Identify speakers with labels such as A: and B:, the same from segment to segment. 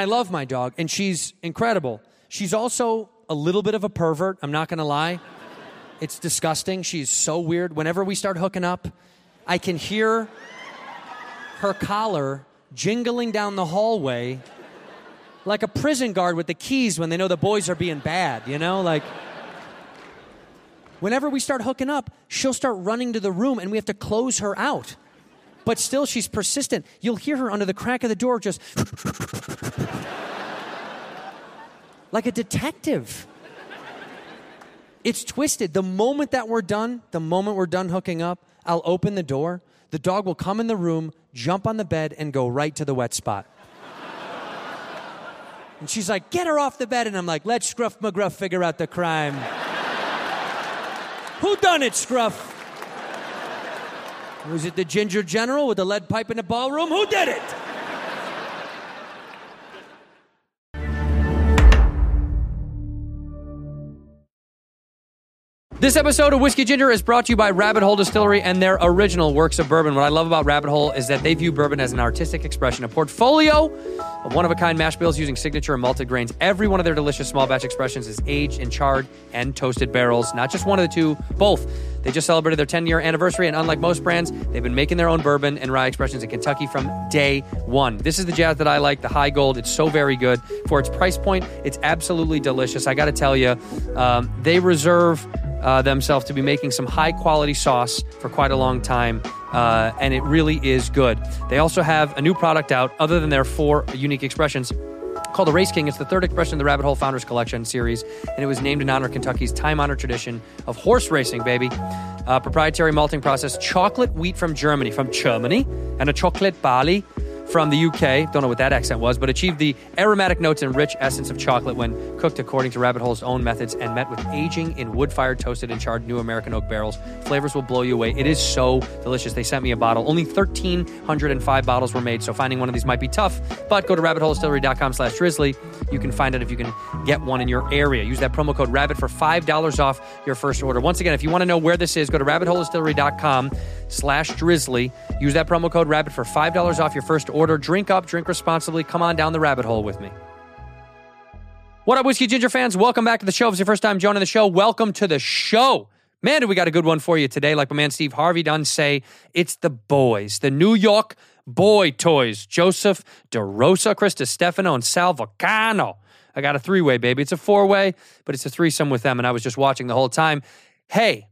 A: I love my dog, and she's incredible. She's also a little bit of a pervert, I'm not gonna lie. It's disgusting. She's so weird. Whenever we start hooking up, I can hear her collar jingling down the hallway like a prison guard with the keys when they know the boys are being bad, you know? Like, whenever we start hooking up, she'll start running to the room and we have to close her out. But still, she's persistent. You'll hear her under the crack of the door just like a detective. It's twisted. The moment that we're done, the moment we're done hooking up, I'll open the door. The dog will come in the room, jump on the bed, and go right to the wet spot. And she's like, Get her off the bed. And I'm like, Let Scruff McGruff figure out the crime. Who done it, Scruff? Was it the ginger general with the lead pipe in the ballroom? Who did it? This episode of Whiskey Ginger is brought to you by Rabbit Hole Distillery and their original works of bourbon. What I love about Rabbit Hole is that they view bourbon as an artistic expression, a portfolio of one of a kind mash bills using signature and malted grains. Every one of their delicious small batch expressions is aged in charred and toasted barrels, not just one of the two, both. They just celebrated their 10 year anniversary, and unlike most brands, they've been making their own bourbon and rye expressions in Kentucky from day one. This is the jazz that I like, the high gold. It's so very good. For its price point, it's absolutely delicious. I got to tell you, um, they reserve uh, themselves to be making some high quality sauce for quite a long time, uh, and it really is good. They also have a new product out, other than their four unique expressions. Called the Race King. It's the third expression of the Rabbit Hole Founders Collection series, and it was named in honor of Kentucky's time honored tradition of horse racing, baby. Uh, proprietary malting process, chocolate wheat from Germany, from Germany, and a chocolate barley from the UK. Don't know what that accent was, but achieved the aromatic notes and rich essence of chocolate when cooked according to Rabbit Hole's own methods and met with aging in wood fired, toasted, and charred new American oak barrels. Flavors will blow you away. It is so delicious. They sent me a bottle. Only 1,305 bottles were made, so finding one of these might be tough, but go to rabbitholedistillery.com slash drizzly. You can find out if you can get one in your area. Use that promo code RABBIT for $5 off your first order. Once again, if you want to know where this is, go to rabbitholedistillery.com slash drizzly. Use that promo code RABBIT for $5 off your first order. Drink up, drink responsibly. Come on down the rabbit hole with me. What up, Whiskey Ginger fans? Welcome back to the show. If it's your first time joining the show, welcome to the show. Man, do we got a good one for you today. Like my man Steve Harvey done say, it's the boys, the New York boy toys. Joseph DeRosa, Chris Stefano, and Sal Vulcano. I got a three-way, baby. It's a four-way, but it's a threesome with them, and I was just watching the whole time. Hey,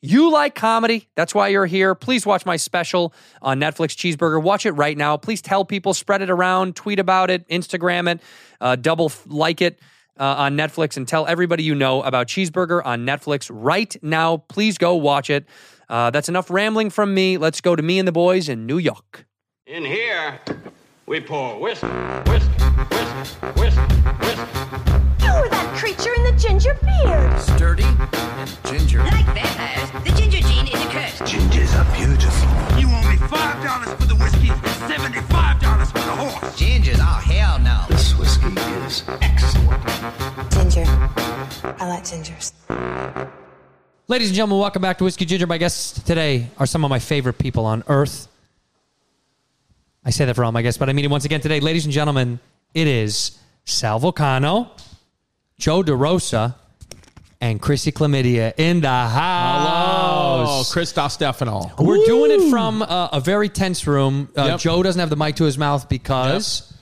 A: you like comedy. That's why you're here. Please watch my special on Netflix, Cheeseburger. Watch it right now. Please tell people, spread it around, tweet about it, Instagram it, uh, double f- like it uh, on Netflix, and tell everybody you know about Cheeseburger on Netflix right now. Please go watch it. Uh, that's enough rambling from me. Let's go to me and the boys in New York.
B: In here, we pour whiskey, whiskey, whiskey, whiskey, whiskey.
C: You were Oh, that creature in the ginger beard.
D: sturdy and ginger.
E: Like vampires, the ginger gene is a curse.
F: Gingers are beautiful.
G: You owe me five dollars for the whiskey and seventy-five dollars for the horse.
D: Gingers, oh hell no.
F: This whiskey is excellent.
H: Ginger. I like gingers.
A: Ladies and gentlemen, welcome back to Whiskey Ginger. My guests today are some of my favorite people on earth. I say that for all my guests, but I mean it once again today. Ladies and gentlemen, it is Sal Vulcano, Joe DeRosa, and Chrissy Chlamydia in the house.
I: Christoph Stefano.
A: We're doing it from uh, a very tense room. Uh,
I: Yep.
A: Joe doesn't have the mic to his mouth because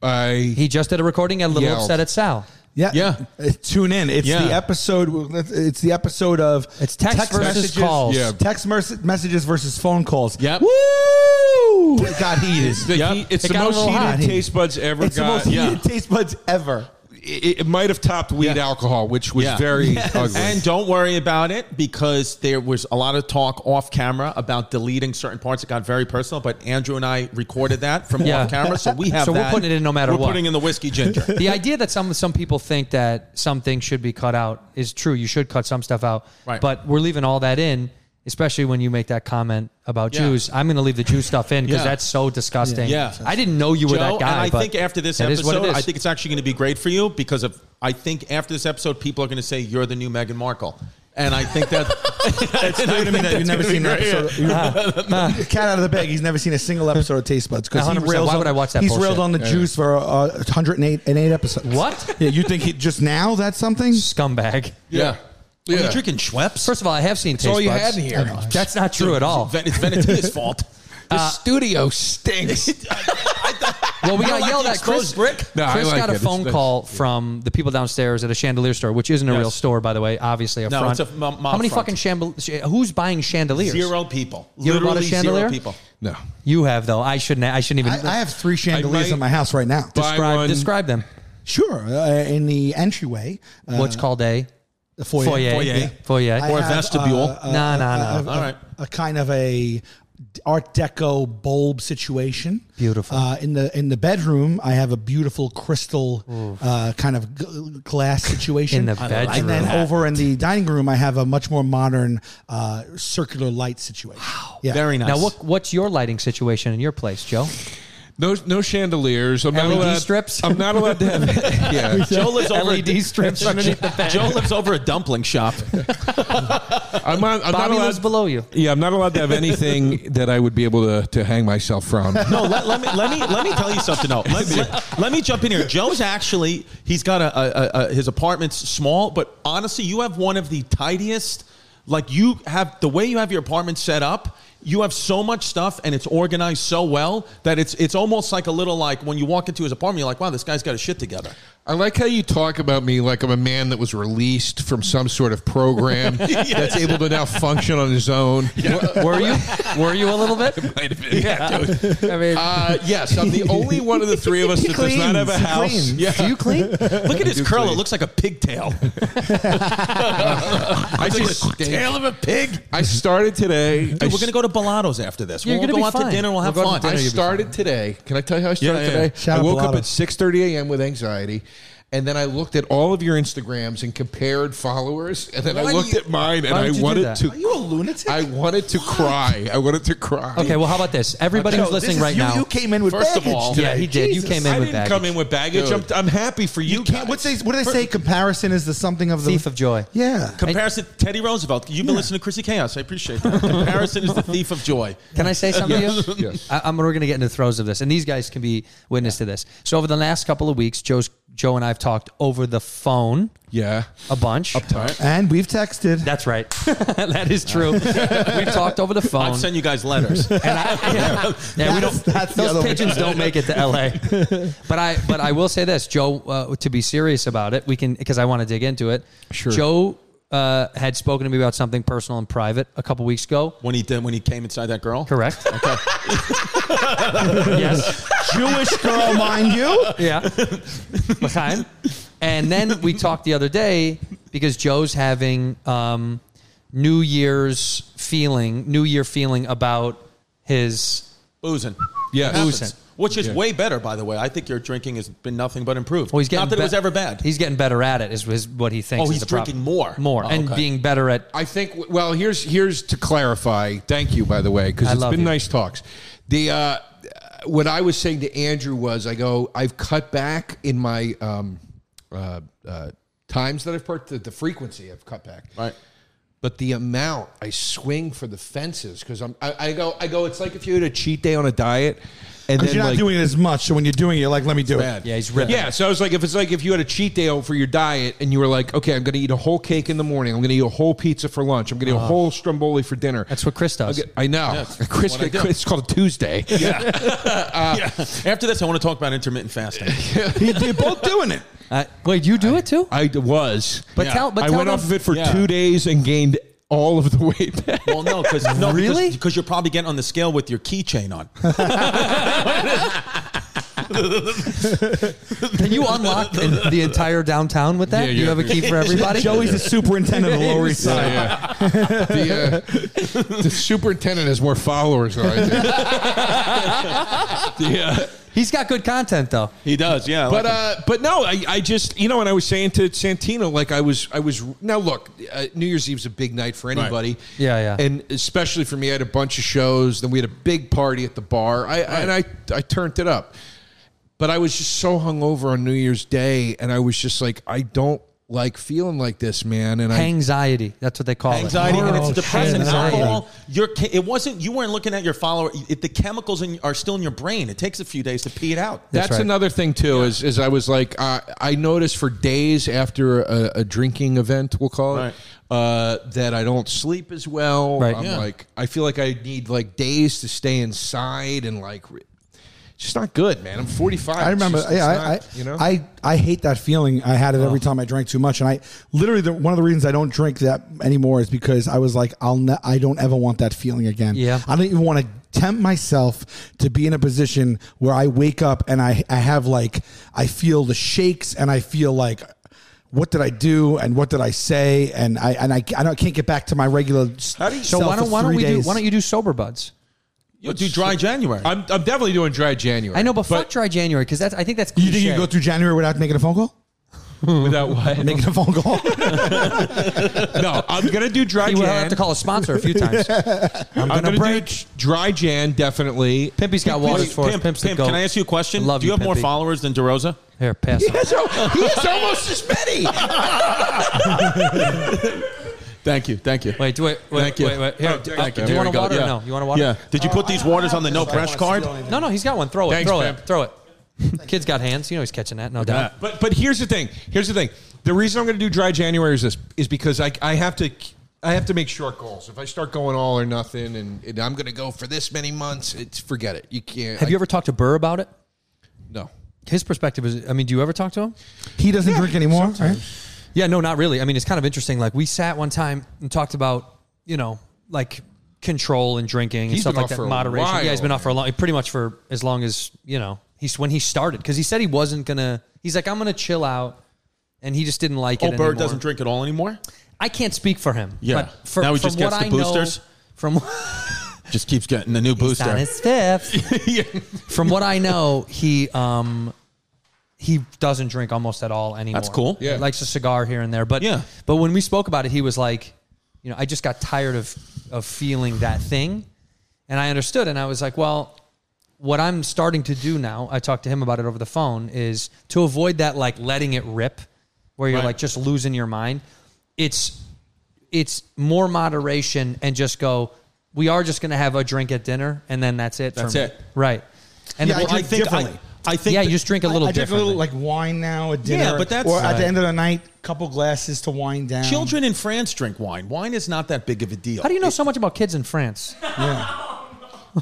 I: I
A: he just did a recording and a little
I: Yelled.
A: upset at Sal.
J: Yeah,
I: Yeah.
J: Uh, Tune in. It's
I: Yeah.
J: the episode. It's the episode of
A: It's text versus
J: messages,
A: calls.
I: Yeah.
J: Text merc- messages versus phone calls.
I: Yep.
J: Woo! It got heated.
I: the
J: Yep.
I: heat- it's
A: It
I: the
A: got a
I: most
A: little
I: heated
J: hot.
I: taste buds ever
J: It's the
I: got.
J: most
I: yeah.
J: heated taste buds ever.
K: it, it might have topped weed
I: Yeah.
K: alcohol, which was
I: Yeah.
K: very ugly.
I: And don't worry about it because there was a lot of talk off camera about deleting certain parts. It got very personal, but Andrew and I recorded that from
A: Yeah.
I: off camera, so we have
A: So we're
I: that.
A: putting it in no matter
I: We're
A: what.
I: putting in the whiskey ginger.
A: the idea that some some people think that some things should be cut out is true. You should cut some stuff out,
I: Right.
A: but we're leaving all that in. especially when you make that comment about
I: Yeah.
A: Jews. I'm going to leave the Jew stuff in because
I: Yeah.
A: that's so disgusting.
I: Yeah.
A: I didn't know you were
I: Joe,
A: that guy.
I: And I
A: but
I: think after this
A: that is what it
I: episode, I
A: is.
I: think it's actually going to be great for you because of. I think after this episode, people are going to say you're the new Meghan Markle, and I think that. it's
L: Wait a minute, you've never seen an episode. you- Cat out of the bag. He's never seen a single episode of Taste Buds because he
A: 100%.
L: rails.
A: Why
L: on-
A: would I watch that
L: He's
A: bullshit?
L: railed on the Jews for uh, 108 and eight episodes.
A: What?
L: Yeah, you think he just now that's something?
A: scumbag.
K: Yeah.
I: Are
K: Yeah.
I: you drinking Schweppes?
A: First of all, I have seen Taste
K: all you
A: Buds.
K: had in here.
A: I know. That's not true at all.
I: It's Venetia's fault. Uh,
K: The studio stinks.
A: Well, we got
I: like
A: yelled
I: the
A: at. Chris
I: exposed brick.
K: No, I
A: Chris
K: like
A: got a
K: it. It's
A: phone
K: nice.
A: call from the people downstairs at a chandelier store, which isn't a
I: Yes.
A: real store, by the way. Obviously, a
I: No,
A: front.
I: it's a mo- mob
A: How many
I: front.
A: fucking chandeliers? Who's buying chandeliers?
I: Zero people.
A: You ever bought a
I: Literally
A: chandelier?
I: zero people.
K: no.
A: You have though. I shouldn't. I shouldn't even.
L: I, I have three chandeliers
K: might-
L: in my house right now.
K: Buy
A: describe,
K: one.
A: describe them.
L: Sure, uh, in the entryway, uh,
A: What's called a
L: the foyer.
A: foyer.
I: Foyer.
A: Foyer.
L: I
I: Or a
L: have, uh,
I: vestibule.
A: No, no,
L: a-
A: no.
L: a-
I: All right.
L: A kind of a Art Deco bulb situation.
A: Beautiful.
L: Uh, in the in the bedroom, I have a beautiful crystal uh, kind of g- glass situation.
A: In the
L: Uh,
A: bedroom.
L: and then over in the dining room, I have a much more modern uh, circular light situation. Wow. Yeah.
I: Very nice.
A: Now, what, what's your lighting situation in your place, Joe?
K: No, no chandeliers. I'm not
A: LED
K: allowed,
A: E strips?
K: I'm not allowed to have. Yeah.
I: Joe lives over
A: LED E strips underneath the bed.
I: Joe lives over a dumpling shop.
K: I'm, on, I'm not
A: Bobby
K: allowed.
A: lives below you.
K: yeah, I'm not allowed to have anything that I would be able to, to hang myself from.
I: No, let, let me let me let me tell you something. though. let, let, let me jump in here. Joe's actually he's got a, a, a his apartment's small, but honestly, you have one of the tidiest. Like you have the way you have your apartment set up. You have so much stuff, and it's organized so well that it's it's almost like a little like when you walk into his apartment, you're like, wow, this guy's got his shit together.
K: I like how you talk about me like I'm a man that was released from some sort of program that's able to now function on his own.
A: Were you? Were you a little bit?
K: Might have been.
A: I mean,
K: Uh, yes, I'm the only one of the three of us that does not have a house. Yeah.
A: do you clean?
I: Look at his
K: do
I: curl;
K: clean.
I: it looks like a pigtail.
K: I just
I: It's like a
K: stink.
I: tail of a pig.
K: I started today. I
I: Dude, we're
K: s-
I: gonna go to Bellato's after this.
A: You're
I: we'll
A: gonna
I: go
A: be
I: out
A: fine.
I: to dinner. and We'll have
A: We'll go to
I: fun.
A: dinner,
K: I
A: you'll be
K: started today. Can I tell you how I started
I: yeah, yeah.
K: today?
L: Shout
K: I
L: out
K: woke up
L: Pilato.
K: at 6:30 a.m. with anxiety, and then I looked at all of your Instagrams and compared followers, and then
I: Why
K: I
I: do
K: looked
I: you-
K: at mine, and
A: why
K: I
A: would you do
K: wanted
A: that?
K: to.
L: Are you a lunatic?
K: I wanted to cry. I wanted to cry.
A: Okay, well, how about this? Everybody
L: Joe,
A: who's
L: this
A: listening
L: is
A: right
L: you,
A: now.
L: You came in with
I: First of
L: baggage
I: all-
L: today.
A: yeah, he did.
L: Jesus.
A: You came in
I: I
A: with
I: didn't
A: baggage.
I: come in with baggage. I'm,
K: Dude.
I: I'm happy for you.
L: You can't.
I: guys.
L: What they what do they say? Comparison is the something of the
A: Thief of joy.
L: Yeah.
I: Comparison, Teddy Roosevelt. You've been listening to Chrissy Chaos. I appreciate that. Comparison is the thief of joy.
A: Can I say something to you?
K: Yes.
A: I, I'm, we're going to get into the throes of this, and these guys can be witness to this. So over the last couple of weeks, Joe's, Joe and I have talked over the phone
K: yeah.
A: a bunch.
L: And we've texted.
A: That's right. that is true. We've talked over the phone.
I: I've sent you guys letters.
A: and I, yeah, Yeah, we don't.
L: that's the
A: those
L: other one.
A: pigeons don't make it to L.A. but I, but I will say this, Joe. Uh, to be serious about it, we can because I want to dig into it.
K: Sure.
A: Joe uh, had spoken to me about something personal and private a couple weeks ago.
I: when he did, when he came inside that girl.
A: Correct. Okay. yes.
L: Jewish girl, mind you.
A: Yeah. Behind. And then we talked the other day because Joe's having um, New Year's feeling, New Year feeling about his.
I: Boozing.
K: Yes.
A: Boozing.
I: Which is
K: Yeah.
I: way better, by the way. I think your drinking has been nothing but improved.
A: Well, he's getting
I: Not that
A: be-
I: it was ever bad.
A: He's getting better at it, is, is what he thinks.
I: Oh,
A: is
I: he's
A: the problem.
I: drinking more.
A: more,
I: Oh,
A: and
I: okay.
A: being better at.
K: I think. Well, here's here's to clarify. Thank you, by the way,
A: I
K: because it's
A: love
K: been
A: you.
K: nice talks. The uh, what I was saying to Andrew was, I go, I've cut back in my um, uh, uh, times that I've part the, the frequency I've cut back.
I: Right.
K: But the amount I swing for the fences because I'm I, I go I go it's like if you had a cheat day on a diet and
L: Because
K: then
L: you're not
K: like,
L: doing it as much. So when you're doing it, you're like, let me do it.
I: bad.
A: Yeah, he's ripping.
K: Yeah, so I was like, if it's like if you had a cheat day for your diet and you were like, okay, I'm going to eat a whole cake in the morning, I'm going to eat a whole pizza for lunch, I'm going to eat a whole stromboli for dinner.
A: Uh-huh. That's what Chris does.
K: Okay, I know. Chris,
I: what I do.
K: it's called a Tuesday. Yeah.
I: After this, I want to talk about intermittent fasting.
L: You're both doing it.
A: Uh, wait, you do it too?
K: I d- was.
A: But tell- but
K: I
A: tell
K: went
A: them-
K: off of it for
I: Yeah.
K: two days and gained all of the weight back.
I: well, no, because no,
A: Really?
I: because you're probably getting on the scale with your keychain on.
A: Can you unlock in- the entire downtown with that?
K: Yeah,
A: you
K: yeah.
A: have a key for everybody.
L: Joey's the superintendent of the Lower East Side.
K: the, uh, the superintendent has more followers than I do. yeah.
A: He's got good content though.
I: He does, yeah. I
K: but
I: like him.
K: uh, but no, I, I just you know, and I was saying to Santino, like I was I was now look, uh, New Year's Eve's a big night for anybody,
A: Yeah, yeah.
K: and especially for me, I had a bunch of shows. Then we had a big party at the bar, I, I and I I turned it up, but I was just so hungover on New Year's Day, and I was just like, I don't like feeling like this, man, and I.
A: Anxiety. That's what they call
I: anxiety
A: it.
I: and it's
J: Oh,
I: depressing.
J: shit.
I: It's alcohol. Your ca- it wasn't. You weren't looking at your follower. It, the chemicals in, are still in your brain. It takes a few days to pee it out.
K: That's,
A: right.
K: another thing too. Is is I was like, uh, I noticed for days after a, a drinking event, we'll call
I: Right.
K: it, uh, that I don't sleep as well.
A: Right.
K: I'm
A: Yeah.
K: like, I feel like I need like days to stay inside and like, re- it's just not good, man. I'm 45.
J: I remember.
K: It's just- it's
J: yeah, I,
K: not,
J: I,
K: you know,
J: I, I hate that feeling. I had it every time I drank too much, and I literally the, one of the reasons I don't drink that anymore is because I was like, I'll, ne- I don't ever want that feeling again.
A: Yeah.
J: I don't even want to tempt myself to be in a position where I wake up and I, I have like, I feel the shakes and I feel like. What did I do, and what did I say? And I and I, I don't, can't get back to my regular. How
I: do you-
A: So why don't why don't we do why don't you do sober buds?
I: You'll do dry January.
K: I'm, I'm definitely doing dry January.
A: I know, but, fuck dry January because that's I think that's
J: You think you
A: cliche.
J: go through January without making a phone call?
K: without what?
J: Making a phone call.
K: no, I'm gonna do dry.
A: He would
K: Jan.
A: uh, have to call a sponsor a few times.
K: I'm gonna,
A: break.
K: do dry Jan definitely.
A: Pimpy's got
I: Wait,
A: waters for us.
I: Pimp,
A: Pimp's the
I: Pimp,
A: goat.
I: can I ask you a question?
A: I love
I: do you
A: you,
I: have more
A: Pimpy.
I: followers than DeRosa?
A: Here, pass. it.
K: He's almost as many. Thank you, thank you.
A: Wait, do wait, wait,
K: Thank you.
A: wait, wait. Here,
K: Oh,
A: do,
K: thank
A: uh,
K: you.
A: do you
K: Here
A: want
K: we
A: a
K: go.
A: water?
K: Yeah.
A: or No, you want a water?
I: Yeah. Did you put these waters on the no press card?
A: No, no, he's got one. Throw it.
K: Thanks,
A: throw
K: Pimp.
A: it. Throw it. Kid's got hands. You know he's catching that, no doubt.
K: But but here's the thing. Here's the thing. The reason I'm going to do dry January is this is because I I have to I have to make short goals. If I start going all or nothing and, and I'm going to go for this many months, it's forget it. You can't.
A: Have you ever talked to Burr about it?
K: No.
A: His perspective is. I mean, do you ever talk to him?
J: he doesn't drink anymore. Right?
A: Yeah, no, not really. I mean, it's kind of interesting. Like we sat one time and talked about, you know, like control and drinking and
K: He's
A: stuff
K: been
A: like
K: off
A: that.
K: for a
A: Moderation. Yeah, he's
K: while,
A: been off for a long, pretty much for as long as you know. He's when he started because he said he wasn't gonna. He's like, I'm gonna chill out, and he just didn't like
I: Oh,
A: it.
I: Bird
A: anymore.
I: doesn't drink at all anymore.
A: I can't speak for him.
I: Yeah.
A: but for,
I: Now he
A: from
I: just
A: what
I: gets the
A: I know-
I: boosters.
A: From
I: Just keeps getting the new
A: He's on
I: booster.
A: his fifth. From what I know, he um he doesn't drink almost at all anymore.
I: That's cool.
K: Yeah.
A: He likes a cigar here and there. But
I: Yeah.
A: but when we spoke about it, he was like, you know, I just got tired of of feeling that thing. And I understood and I was like, well, what I'm starting to do now, I talked to him about it over the phone, is to avoid that like letting it rip where you're
I: Right.
A: like just losing your mind. It's it's more moderation and just go. We are just going to have a drink at dinner, and then that's it.
I: That's
A: for me.
I: it.
A: right? And
J: Yeah,
A: the-
J: I drink
I: I,
J: differently.
I: I think
A: yeah,
I: that-
A: you just drink a little
J: I, I drink a
A: differently.
J: little like wine now at dinner.
I: Yeah, but that's-
J: or at
I: Right.
J: the end of the night, couple glasses to wind down.
I: children in France drink wine. Wine is not that big of a deal.
A: How do you know so much about kids in France?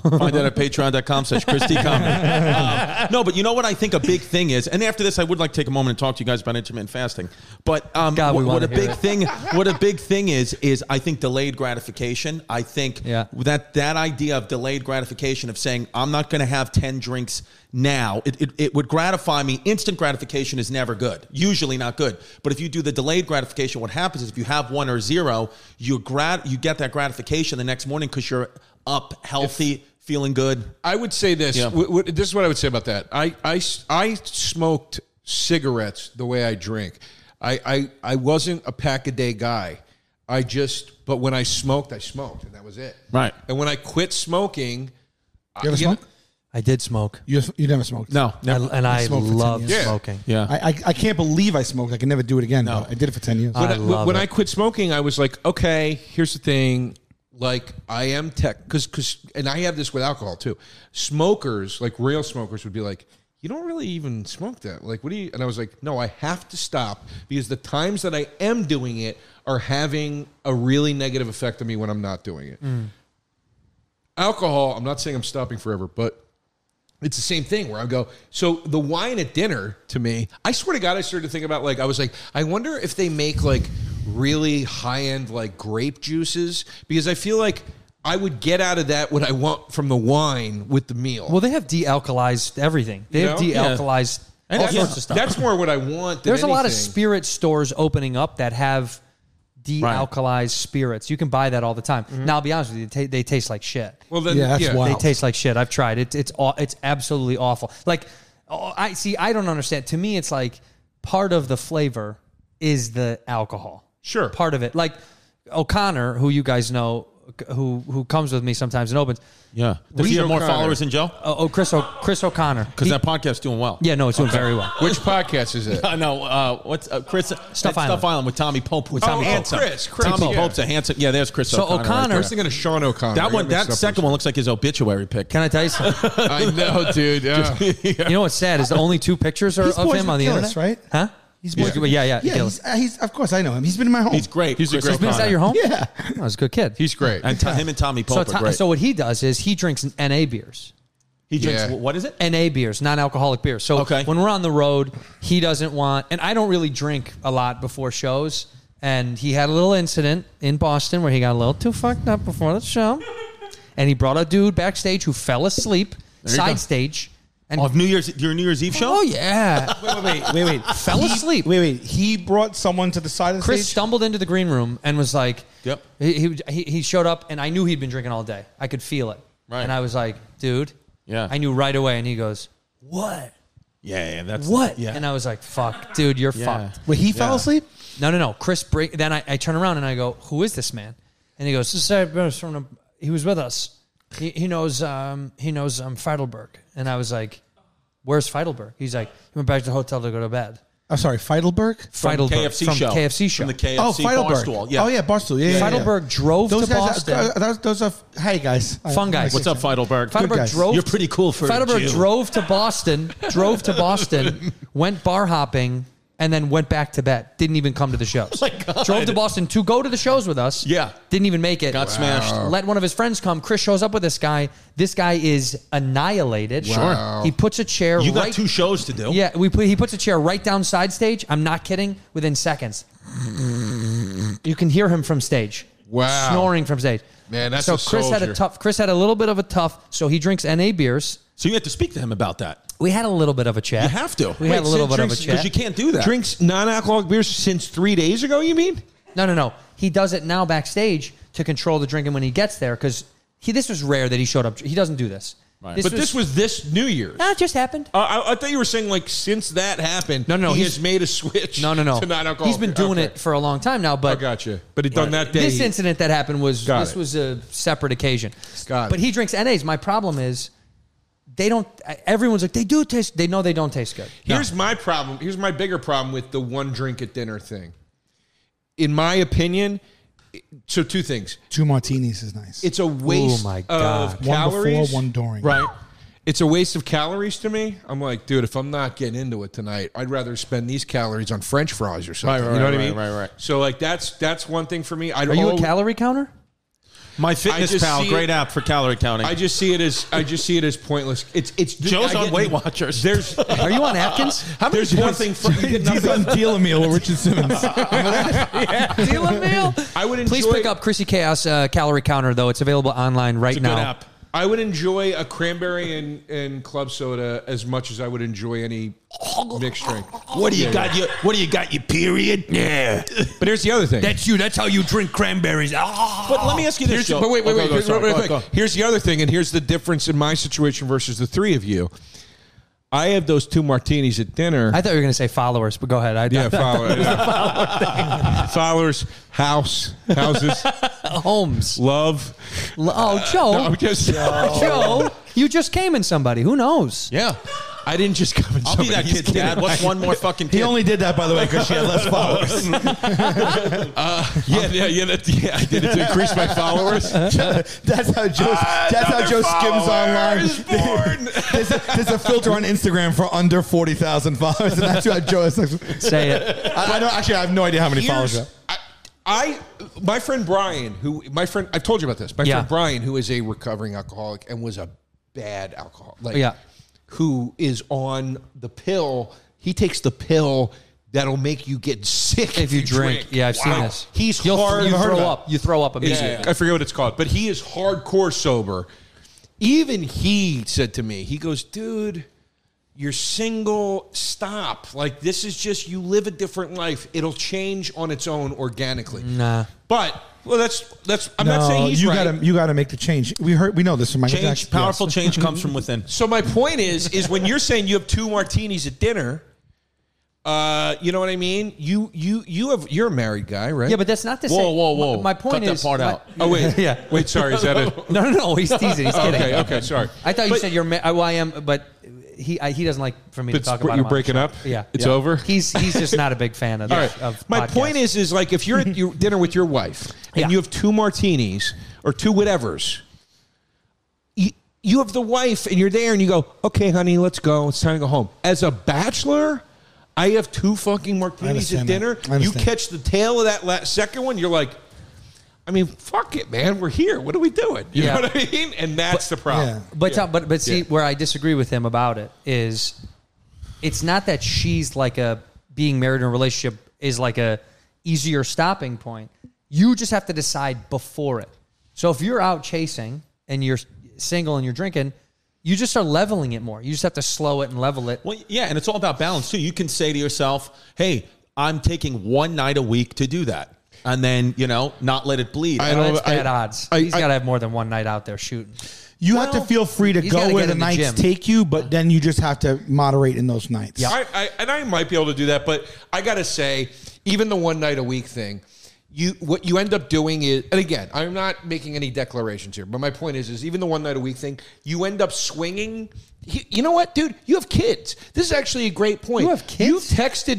I: Find that at patreon.com slash Christy Comedy. Um, no, but you know what I think a big thing is, and after this, I would like to take a moment and talk to you guys about intermittent fasting. But um,
A: God, we
I: what, what
A: wanna
I: a
A: hear
I: big
A: it.
I: thing, what a big thing is, is I think delayed gratification. I think
A: Yeah.
I: that that idea of delayed gratification of saying I'm not going to have ten drinks now, it, it, it would gratify me. Instant gratification is never good, usually not good. But if you do the delayed gratification, what happens is if you have one or zero, you grat you get that gratification the next morning because you're up healthy. Feeling good.
K: I would say this.
I: Yeah.
K: W- w- this is what I would say about that. I, I s- I smoked cigarettes the way I drink. I, I, I wasn't a pack a day guy. I just, but when I smoked, I smoked, and that was it.
I: Right.
K: And when I quit smoking,
J: You ever
K: you know-
J: smoke?
A: I did smoke,
J: You, you never smoked?
I: No,
A: I,
I: never.
A: and I,
J: smoked for 10
A: loved
J: years.
K: Yeah.
A: smoking.
I: Yeah.
J: I, I, I can't believe I smoked. I can never do it again. No. I did it for ten years.
A: I
K: when, I,
A: love
K: when
A: it.
K: I quit smoking, I was like, okay, here's the thing. Like I am tech because because and I have this with alcohol too. Smokers, like real smokers, would be like, you don't really even smoke that. Like, what do you? And I was like, no, I have to stop because the times that I am doing it are having a really negative effect on me when I'm not doing it. Alcohol, I'm not saying I'm stopping forever, but it's the same thing where I go, so the wine at dinner to me, I swear to God, I started to think about like, I was like, I wonder if they make like really high end like grape juices because I feel like I would get out of that what I want from the wine with the meal.
A: Well, they have de-alkalized everything. They
K: You
A: have
K: know?
A: de-alkalized all
K: that's,
A: sorts of stuff.
K: that's more what I want. Than
A: There's a lot of
K: anything.
A: spirit stores opening up that have de-alkalized spirits. You can buy that all the time. Now, I'll be honest with you, they, ta- they taste like shit.
K: Mm-hmm. Well, then,
J: Yeah,
K: yeah,
J: that's wild.
A: they
J: Wow.
A: taste like shit. I've tried it. It's aw- it's absolutely awful. Like oh, I see. I don't understand. To me, it's like part of the flavor is the alcohol.
K: Sure.
A: part of it. Like O'Connor, who you guys know, who who comes with me sometimes and opens.
I: Yeah. Does he have more
K: O'Connor.
I: followers than Joe?
A: Oh, oh Chris, o- Chris O'Connor.
I: Because
A: He-
I: that podcast's doing well.
A: yeah, no, it's doing very well.
K: Which podcast is it?
I: Uh, no, uh, what's uh, Chris Stuff
A: Island.
I: Stuff Island with Tommy Pope? With
A: Tommy
K: Pope.
I: handsome.
K: Oh, Chris, Chris,
I: Tommy
K: yeah.
I: Pope's a handsome. Yeah, there's Chris.
A: So
I: O'Connor. right
A: O'Connor-
I: there.
K: I'm thinking of Sean O'Connor.
I: that one,
K: I got
I: that
K: mixed up
I: second
K: with-
I: one looks like his obituary pick.
A: Can I tell you something?
K: I know, dude. Yeah.
A: You know what's sad is the only two pictures are
J: He's
A: of
J: boys
A: him
J: with
A: on the
J: Gillis, right?
A: internet, Huh?
J: He's
A: Yeah,
J: boys with-
A: yeah, yeah,
J: yeah.
A: Gillis.
J: He's, uh, he's of course I know him. He's been in my home.
I: He's great.
K: He's a
I: Chris
K: great
A: Been
I: O'Connor.
A: inside your home?
J: Yeah.
A: that was a good kid.
K: He's great.
I: And to him and Tommy
A: so,
I: Pope are
A: Tom-
I: great.
A: so what he does is he drinks NA beers.
I: he drinks.
K: Yeah.
I: What is it?
A: NA beers, non-alcoholic beers. So
I: Okay.
A: when we're on the road, he doesn't want, and I don't really drink a lot before shows. And he had a little incident in Boston where he got a little too fucked up before the show, and he brought a dude backstage who fell asleep
I: you
A: side
I: go.
A: stage, and
I: Of New Year's, your New Year's Eve show.
A: oh yeah,
L: Wait, wait, wait, wait.
A: Fell
L: He-
A: asleep.
L: Wait, wait. He brought someone to the side of the
A: Chris
L: stage.
A: stumbled into the green room and was like,
I: Yep.
A: He, he- he, he showed up, and I knew he'd been drinking all day. I could feel it.
I: Right.
A: And I was like, dude.
I: Yeah.
A: I knew right away. And he goes, what?
I: Yeah, yeah, that's
A: What?
I: Yeah,
A: And I was like, fuck, dude, you're
I: Yeah.
A: fucked.
L: Wait, he
I: Yeah.
L: fell asleep?
A: No, no, no. Chris break. Then I, I turn around and I go, "Who is this man?" And he goes, "This is from the, he was with us. He, he knows um, he knows um, Feidelberg." And I was like, "Where's Feidelberg?" He's like, "He went back to the hotel to go to bed."
J: Oh,
L: I'm sorry, Feidelberg?
I: from
A: Feidelberg
I: KFC
A: from
I: show,
A: KFC show.
I: from the KFC
L: oh, Feidelberg.
I: barstool. Yeah.
L: Oh, yeah, Barstool. Yeah, yeah, yeah.
A: Feidelberg drove
L: Those
A: to
L: guys,
A: Boston.
L: uh, those, those are, hey, guys. I-
A: Fun guys.
I: What's up, Feidelberg?
A: Feidelberg
L: guys.
A: drove.
I: You're pretty cool for a
A: Feidelberg
I: Jew.
A: drove to Boston. Drove to Boston. went bar hopping. And then went back to bed. Didn't even come to the shows.
I: Oh my God.
A: Drove to Boston to go to the shows with us.
I: Yeah.
A: Didn't even make it.
I: Got smashed.
A: Let one of his friends come. Chris shows up with this guy. This guy is annihilated.
K: Sure.
A: He puts a chair
I: You got
A: right
I: two shows to do.
A: Yeah, we put, he puts a chair right down side stage. I'm not kidding. Within seconds. You can hear him from stage.
K: Wow.
A: Snoring from stage.
K: Man, that's
A: so
K: a
A: Chris had a
K: soldier.
A: tough Chris had a little bit of a tough, so he drinks NA beers.
I: So you have to speak to him about that.
A: We had a little bit of a chat.
I: You have to.
A: We had a little bit of a chat.
I: because you can't do that.
K: Drinks non-alcoholic beers since three days ago. You mean?
A: No, no, no. He does it now backstage to control the drinking when he gets there because he. This was rare that he showed up. He doesn't do this. Right.
K: but this was this New Year's.
A: Ah, it just happened.
K: Uh, I, I thought you were saying like since that happened.
A: No, no,
K: he
A: he's-
K: has made a switch.
A: No, no, no.
K: To non-alcoholic.
A: He's been doing
K: Okay.
A: it for a long time now,
K: I
A: but
K: got you. But he done that day.
A: this incident that happened was
K: Got
A: this
K: it.
A: was a separate occasion.
K: Got it.
A: But he drinks NAs. My problem is they don't. Everyone's like they do taste. They know they don't taste good.
K: Here's my problem. Here's my bigger problem with the one drink at dinner thing. In my opinion, it- so two things.
J: Two martinis is nice.
K: It's a waste
A: my
K: of
A: God.
J: One before,
K: calories.
J: one during.
K: Right. It's a waste of calories to me. I'm like, dude, if I'm not getting into it tonight, I'd rather spend these calories on French fries or something.
I: Right, right,
K: you know what I
I: right,
K: mean?
I: right, right.
K: So like that's that's one thing for me. I
A: Are you a calorie counter?
I: My
K: I
I: Fitness
K: just
I: Pal,
K: see
I: great
K: it-
I: app for calorie counting.
K: I just see it as I just see it as pointless. It's it's
I: Joe's
K: I
I: on
K: get-
I: Weight Watchers.
K: There's
A: Are you on Atkins?
I: How many
K: there's one
I: points-
K: thing for you get
L: He's on
K: nothing.
L: deal a meal with Richard Simmons.
A: Deal a meal.
K: I would enjoy
A: Please pick up Chrissy Chaos uh, Calorie Counter though. It's available online right
I: It's a
A: now.
I: good app.
K: I would enjoy a cranberry and, and club soda as much as I would enjoy any mixed drink.
I: Oh, What do you got? You what do you got? Your period? Yeah.
K: But here's the other thing.
I: That's you. That's how you drink cranberries. Ah. But let me ask you this,
K: Here's,
I: Joe.
K: but wait, wait,
I: Oh, go,
K: wait.
I: go,
K: here's,
I: sorry,
K: real
I: go,
K: quick.
I: go.
K: Here's the other thing, and here's the difference in my situation versus the three of you. I have those two martinis at dinner.
A: I thought you were going to say followers, but go ahead. I,
K: yeah, follow, yeah. followers, house, houses,
A: Holmes.
K: love.
A: Oh, Joe.
K: uh, No, I'm just.
I: Oh,
A: Joe, you just came in somebody. Who knows?
K: Yeah, I didn't just come. in
I: I'll be that
K: somebody's
I: kid's dad. What's one more fucking? Kid?
L: he only did that, by the way, because she had less followers.
K: Yeah, yeah, yeah, that, yeah. I did it to increase my followers.
L: that's how Joe. That's how Joe skims online. there's, a, there's a filter on Instagram for under forty thousand followers, and that's how Joe is.
A: Say it.
L: I, I don't actually. I have no idea how many followers. you
K: Here's- I,
L: have.
K: I, my friend Brian, who my friend, I've told you about this. My
A: Yeah.
K: friend Brian, who is a recovering alcoholic and was a bad alcoholic, like,
A: Yeah.
K: who is on the pill. He takes the pill that'll make you get sick if,
A: if you drink. Yeah, I've seen
K: Wow.
A: this.
K: He's
A: You'll,
K: hard.
A: You
K: I've heard
A: throw
K: about
A: up. You throw up
K: it.
A: immediately.
K: Yeah, I forget what it's called, but he is hardcore sober. Even he said to me, he goes, "Dude, You're single. Stop. Like this is just you live a different life. It'll change on its own organically.
A: Nah.
K: But well, that's that's. I'm not saying he's
J: you
K: right.
J: gotta you gotta make the change. We heard we know this from Michael
I: Change,
J: Jackson.
I: powerful
J: Yes.
I: change comes from within.
K: So my point is, is when you're saying you have two martinis at dinner, uh, you know what I mean? You you you have you're a married guy, right?
A: Yeah, but that's not the
K: Whoa,
A: same.
K: whoa, whoa!
A: My- my point
I: Cut that
A: is-
I: part
A: my-
I: out.
K: Oh wait,
A: Yeah.
K: yeah. Wait, sorry. Is that it?
A: No, no, no. He's teasing. He's kidding.
K: Okay, okay, sorry.
A: I thought you
K: But-
A: said you're. Ma- well, I am, but he I, he doesn't like for me to
K: But
A: talk
K: it's-
A: about.
K: you're
A: him on the
K: breaking
A: show.
K: up?
A: Yeah,
K: It's
A: Yeah.
K: over?
A: He's he's just not a big fan of.
K: All
A: the-
K: right.
A: of
K: My
A: podcasts.
K: point is, is like if you're at your dinner with your wife and
A: Yeah.
K: you have two martinis or two whatevers, you, you have the wife and you're there and you go, okay, honey, let's go. It's time to go home. As a bachelor, I have two fucking martinis at
J: understand that.
K: dinner.
J: I
K: You
J: understand.
K: catch the tail of that la second one, you're like, I mean, fuck it, man. We're here. What are we doing? You
A: Yeah.
K: know what I mean? And that's the problem.
J: yeah.
A: But
K: Yeah.
A: but but see
K: Yeah.
A: where I disagree with him about it is, it's not that she's like a being married in a relationship is like a easier stopping point. You just have to decide before it. So if you're out chasing and you're single and you're drinking, you just are leveling it more. You just have to slow it and level it.
I: Well, yeah, and it's all about balance too. You can say to yourself, "Hey, I'm taking one night a week to do that," and then you know, not let it bleed.
K: I
A: I
K: don't-
A: that's bad odds.
K: I-
A: He's
K: I-
A: got to have more than one night out there shooting.
J: You have to feel free to
A: he's gotta
J: go where
A: get
J: the
A: in the
J: nights
A: gym.
J: take you, but then you just have to moderate in those nights.
K: I, I, and I might be able to do that, but I gotta say, even the one night a week thing, you what you end up doing is, and again, I'm not making any declarations here, but my point is, is even the one night a week thing, you end up swinging. You, you know what, dude? You have kids. This is actually a great point.
A: You have kids?
K: You've texted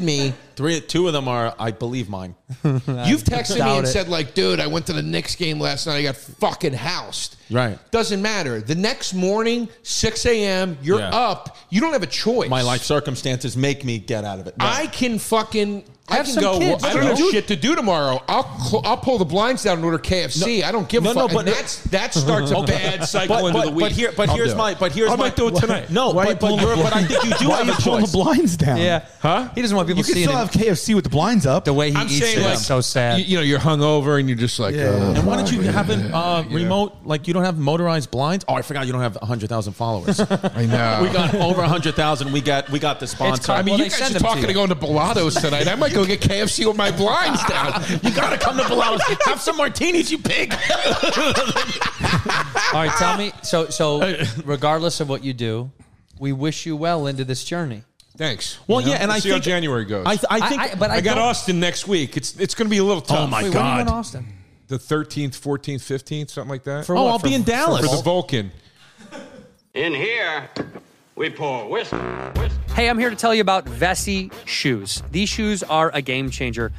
K: me.
I: Three, two of them are, I believe, mine.
K: You've texted me
A: doubt
K: and
A: it.
K: said like, dude, I went to the Knicks game last night. I got fucking housed.
I: Right.
K: Doesn't matter. The next morning, 6 a.m. You're
I: Yeah.
K: up. You don't have a choice.
I: My life circumstances make me get out of it. No.
K: I can fucking. I
A: Have
K: can
A: some
K: go.
A: kids.
K: Well, I don't have
A: Dude.
K: shit to do tomorrow. I'll cl- I'll pull the blinds down and order KFC. I don't give
I: No,
K: a
I: no,
K: fuck.
I: but-
K: and that's that starts a bad cycle
I: but,
K: into
I: but,
K: the week.
I: but here, but
K: I'll
I: here's
K: do it.
I: my, but here's
K: I
I: my.
K: might do it tonight.
I: No,
J: Why are you
I: but, but,
J: pulling the
I: you're, but I think you do
J: Why are
I: have
J: you
I: a
J: pulling the
I: choice.
J: blinds down?
K: Huh?
A: He doesn't want people
J: You can
A: seeing
J: still
A: him.
J: have KFC with the blinds up.
A: the way he
K: I'm
A: eats
K: saying
A: it
K: like
A: is so sad.
K: You, you know, you're hungover and you're just like. "Ugh."
I: And why don't you have a uh,
K: Yeah.
I: remote? Like you don't have motorized blinds. Oh, I forgot you don't have hundred thousand followers.
K: I know.
I: we got over hundred thousand. We got we got the sponsor.
K: I mean,
A: Well,
K: you
A: they
K: guys
A: send
K: are
A: them to
K: talking
A: you.
K: to going to Bolados tonight. I might go get KFC with my blinds down.
I: you gotta come to Bilal's. Have some martinis, you pig.
A: All right, tell me. So, so regardless of what you do, we wish you well into this journey.
K: Thanks.
I: Well,
K: You know?
I: yeah, and
K: We'll
I: I
K: see
I: think
K: how January goes.
I: I, th- I
A: I-
I: think,
A: I- but
K: I, got
A: don't-
K: Austin next week. It's it's going to be a little tough.
I: oh my
A: Wait, when are you in
I: god,
A: Austin?
K: The 13th, 14th, 15th, something like that.
A: For
I: Oh,
A: what?
I: I'll
A: For-
I: be in
A: for-
I: Dallas.
K: for the Vulcan.
B: In here, we pour whiskey, whiskey.
A: Hey, I'm here to tell you about Vessi shoes. These shoes are a game changer.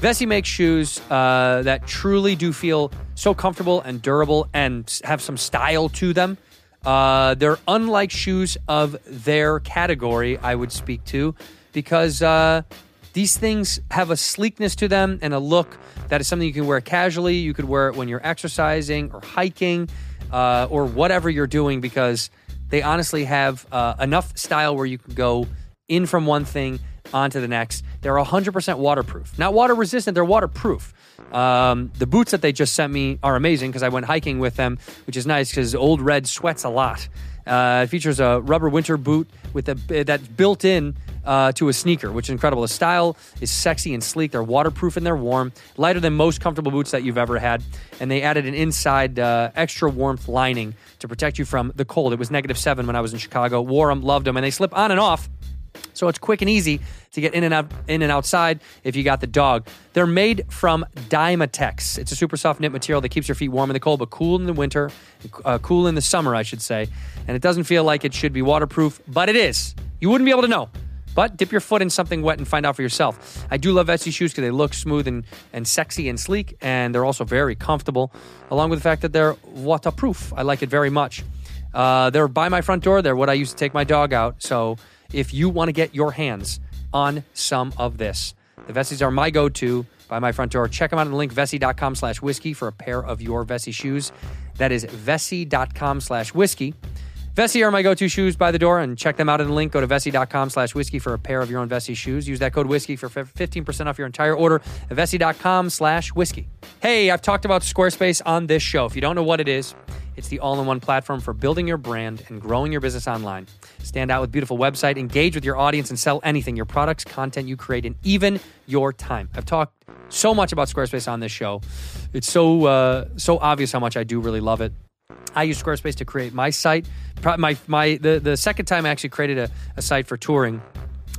A: Vessi makes shoes uh, that truly do feel so comfortable and durable and s- have some style to them. Uh, they're unlike shoes of their category, I would speak to, because uh, these things have a sleekness to them and a look that is something you can wear casually. You could wear it when you're exercising or hiking uh, or whatever you're doing because they honestly have uh, enough style where you can go in from one thing onto the next. They're 100% waterproof. Not water resistant, they're waterproof. Um, the boots that they just sent me are amazing because I went hiking with them, which is nice because Old Red sweats a lot. Uh, it features a rubber winter boot with a, that's built in uh, to a sneaker, which is incredible. The style is sexy and sleek. They're waterproof and they're warm, lighter than most comfortable boots that you've ever had. And they added an inside uh, extra warmth lining to protect you from the cold. It was negative seven when I was in Chicago. Wore them, loved them, and they slip on and off. So it's quick and easy to get in and out, in and outside if you got the dog. They're made from Dymatex. It's a super soft knit material that keeps your feet warm in the cold, but cool in the winter, uh, cool in the summer, I should say. And it doesn't feel like it should be waterproof, but it is. You wouldn't be able to know. But dip your foot in something wet and find out for yourself. I do love Etsy shoes because they look smooth and, and sexy and sleek, and they're also very comfortable, along with the fact that they're waterproof. I like it very much. Uh, they're by my front door. They're what I used to take my dog out. So if you want to get your hands on some of this, the Vessies are my go-to by my front door. Check them out on the link, vessi.com slash whiskey for a pair of your Vessi shoes. That is vessi.com slash whiskey. Vessi are my go-to shoes by the door, and check them out in the link. Go to vessi.com slash whiskey for a pair of your own Vessi shoes. Use that code whiskey for fif- 15% off your entire order at vessi.com slash whiskey. Hey, I've talked about Squarespace on this show. If you don't know what it is, It's the all in one platform for building your brand and growing your business online. Stand out with beautiful website, engage with your audience, and sell anything your products, content you create, and even your time. I've talked so much about Squarespace on this show. It's so uh, so obvious how much I do really love it. I use Squarespace to create my site. Pro- My my the, the second time I actually created a, a site for touring.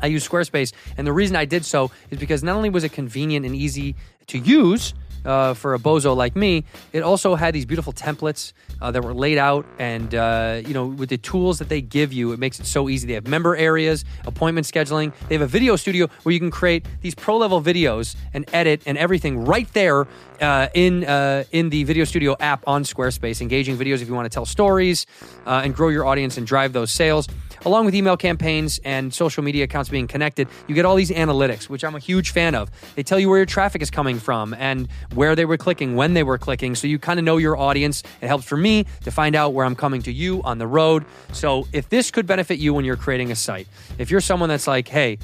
A: I used Squarespace, and the reason I did so is because not only was it convenient and easy to use uh, for a bozo like me, it also had these beautiful templates uh, that were laid out, and uh, you know, with the tools that they give you, it makes it so easy. They have member areas, appointment scheduling. They have a video studio where you can create these pro level videos and edit and everything right there uh, in uh, in the video studio app on Squarespace. Engaging videos if you want to tell stories uh, and grow your audience and drive those sales along with email campaigns and social media accounts being connected, you get all these analytics, which I'm a huge fan of. They tell you where your traffic is coming from and where they were clicking, when they were clicking, so you kind of know your audience. It helps for me to find out where I'm coming to you on the road. So if this could benefit you when you're creating a site, if you're someone that's like, hey,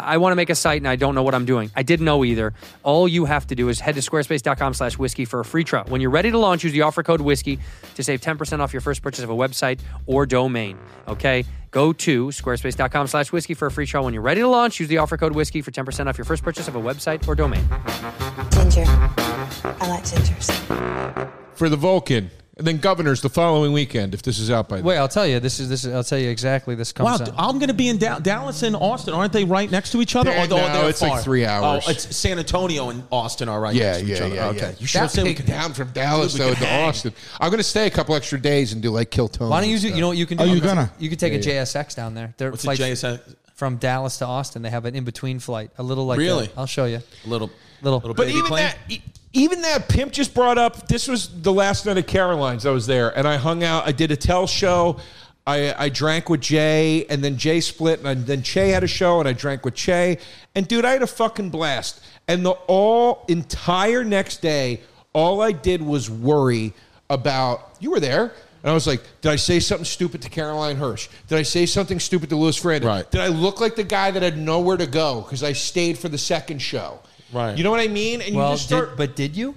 A: I want to make a site and I don't know what I'm doing. I didn't know either. All you have to do is head to squarespace.com slash whiskey for a free trial. When you're ready to launch, use the offer code whiskey to save 10% off your first purchase of a website or domain. Okay? Go to squarespace.com slash whiskey for a free trial. When you're ready to launch, use the offer code whiskey for 10% off your first purchase of a website or domain.
H: Ginger. I like gingers.
K: for the Vulcan, and then Governors the following weekend. If this is out by then.
M: Wait, I'll tell you. This is this. Is, I'll tell you exactly. This
I: Wow,
M: comes out.
I: I'm going to be in Da- Dallas and Austin. Aren't they right next to each other?
K: They're-
I: Or- or
K: no,
I: they're
K: it's like
I: far?
K: three hours.
I: Oh, it's San Antonio and Austin are right
K: yeah,
I: next to each
K: yeah,
I: other.
K: yeah.
I: okay,
K: yeah.
I: you should have
K: That's
I: said we
K: taken
I: could
K: down from Dallas
I: we
K: though
I: could
K: to
I: hang.
K: Austin. I'm going to stay a couple extra days and do like kill Tony.
M: Why don't you? do- You know what you can do?
K: Oh, you're
M: can-
K: gonna.
M: You could take
K: Yeah,
M: a
K: yeah.
M: JSX down there. There
I: What's a
M: flights
I: JSX?
M: from Dallas to Austin. They have an in between flight, a little like
I: Really?
M: i I'll show you.
I: little,
M: Little,
I: little
K: But
I: baby
K: even
I: plane.
K: that, e- even that pimp just brought up. This was the last night of Caroline's. I was there, and I hung out. I did a tell show. I, I drank with Jay, and then Jay split, and then Che had a show, and I drank with Che. And dude, I had a fucking blast. And the all entire next day, all I did was worry about. You were there. And I was like, did I say something stupid to Caroline Hirsch? Did I say something stupid to Louis Frandon?
I: Right.
K: Did I look like the guy that had nowhere to go because I stayed for the second show?
I: Right.
K: You know what I mean? And you
M: well,
K: just start.
M: did, but did you?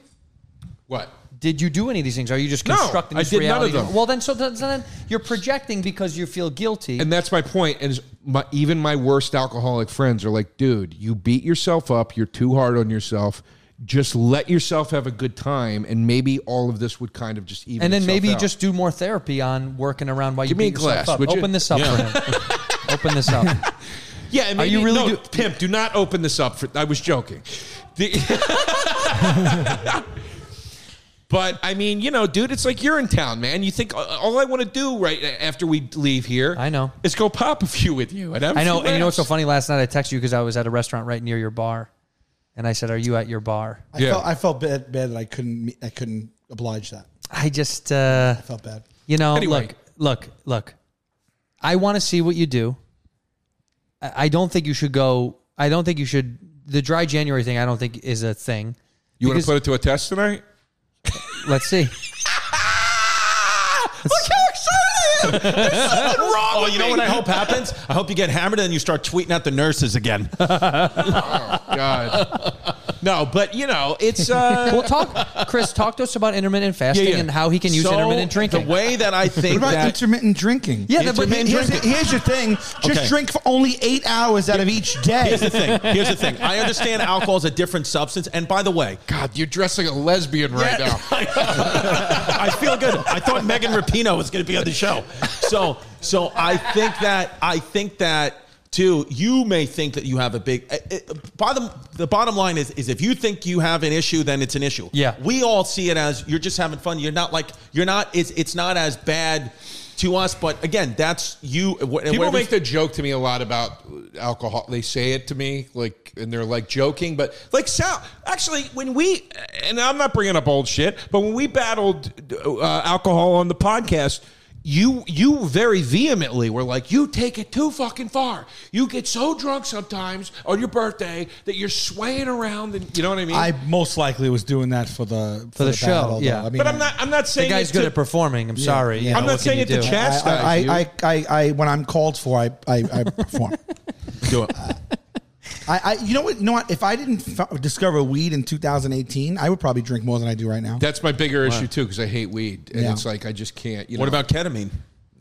K: what?
M: Did you do any of these things? Are you just
K: No,
M: constructing?
K: I
M: this
K: did none of
M: reality?
K: them.
M: Well, then so, then, so then you're projecting because you feel guilty.
K: And that's my point. And is my, even my worst alcoholic friends are like, dude, you beat yourself up. You're too hard on yourself. Just let yourself have a good time, and maybe all of this would kind of just even.
M: and then
K: itself
M: maybe
K: out.
M: just do more therapy on working around while
K: Give
M: you
K: me
M: beat
K: a glass,
M: yourself up.
K: would you?
M: Open this up for him. Open this up.
K: yeah. And
M: Are
K: maybe,
M: you really
K: no,
M: do-
K: pimp? Do not open this up. For, I was joking. The- but I mean, you know, dude, it's like you're in town, man. You think "All- all I want to do right after we leave here,
M: I know.
K: is go pop a few with you. And have a
M: I know.
K: few
M: And you know what's so
K: laughs."
M: funny? Last night I texted you because I was at a restaurant right near your bar, and I said, "Are you at your bar?"
J: I
K: Yeah.
J: felt I felt bad, bad that I couldn't me- I couldn't oblige that.
M: I just, uh,
J: I felt bad.
M: you know,
K: Anyway.
M: look, look, look. I want to see what you do. I, I don't think you should go. I don't think you should. The dry January thing, I don't think is a thing.
K: You want to
M: Because-
K: put it to a test tonight?
M: Let's see.
I: Oh, you know what I hope happens? I hope you get hammered and you start tweeting at the nurses again.
K: God. no, but you know, it's uh
M: Well, talk, Chris. Talk to us about intermittent fasting
K: Yeah, yeah.
M: and how he can use
I: So,
M: intermittent drinking.
I: The way that I
J: What
I: think
J: about
I: that
J: intermittent drinking?
M: yeah, the, but
I: Intermittent
L: Here's,
I: drinking.
L: here's your thing. Just
I: Okay.
L: drink for only eight hours out of each day.
I: Here's the thing. Here's the thing. I understand alcohol is a different substance. And by the way,
K: God, you're dressed like a lesbian right
I: Yeah.
K: now.
I: I feel good. I thought Megan Rapino was going to be on the show. So, so I think that I think that too. You may think that you have a big. eh, eh, bottom the bottom line is is if you think you have an issue, then it's an issue.
M: Yeah.
I: we all see it as you're just having fun. You're not like you're not. It's it's not as bad to us. But again, that's you. wh-
K: People
I: whatever-
K: make the joke to me a lot about alcohol. They say it to me like, and they're like joking, but like Sal. Actually, when we and I'm not bringing up old shit, but when we battled uh, alcohol on the podcast, you you very vehemently were like, you take it too fucking far. You get so drunk sometimes on your birthday that you're swaying around, and you know what I mean.
J: I most likely was doing that for the for,
M: the show,
J: battle,
M: yeah.
J: though. I mean,
K: but I'm not. I'm not
M: the
K: saying
M: guy's
K: it
M: good
K: to-
M: at performing. I'm
J: Yeah,
M: sorry.
J: yeah.
M: You know,
J: I'm
K: not
M: what can
K: saying
M: you
K: it
M: do?
K: to Chad.
J: I, I, I, I, I, I when I'm called for, I I, I perform.
I: do it.
L: I, I you know what? You know what? If I didn't f- discover weed in 2018, I would probably drink more than I do right now.
K: That's my bigger issue too, because I hate weed, and
L: Yeah.
K: it's like I just can't. You
I: What
K: know.
I: about ketamine?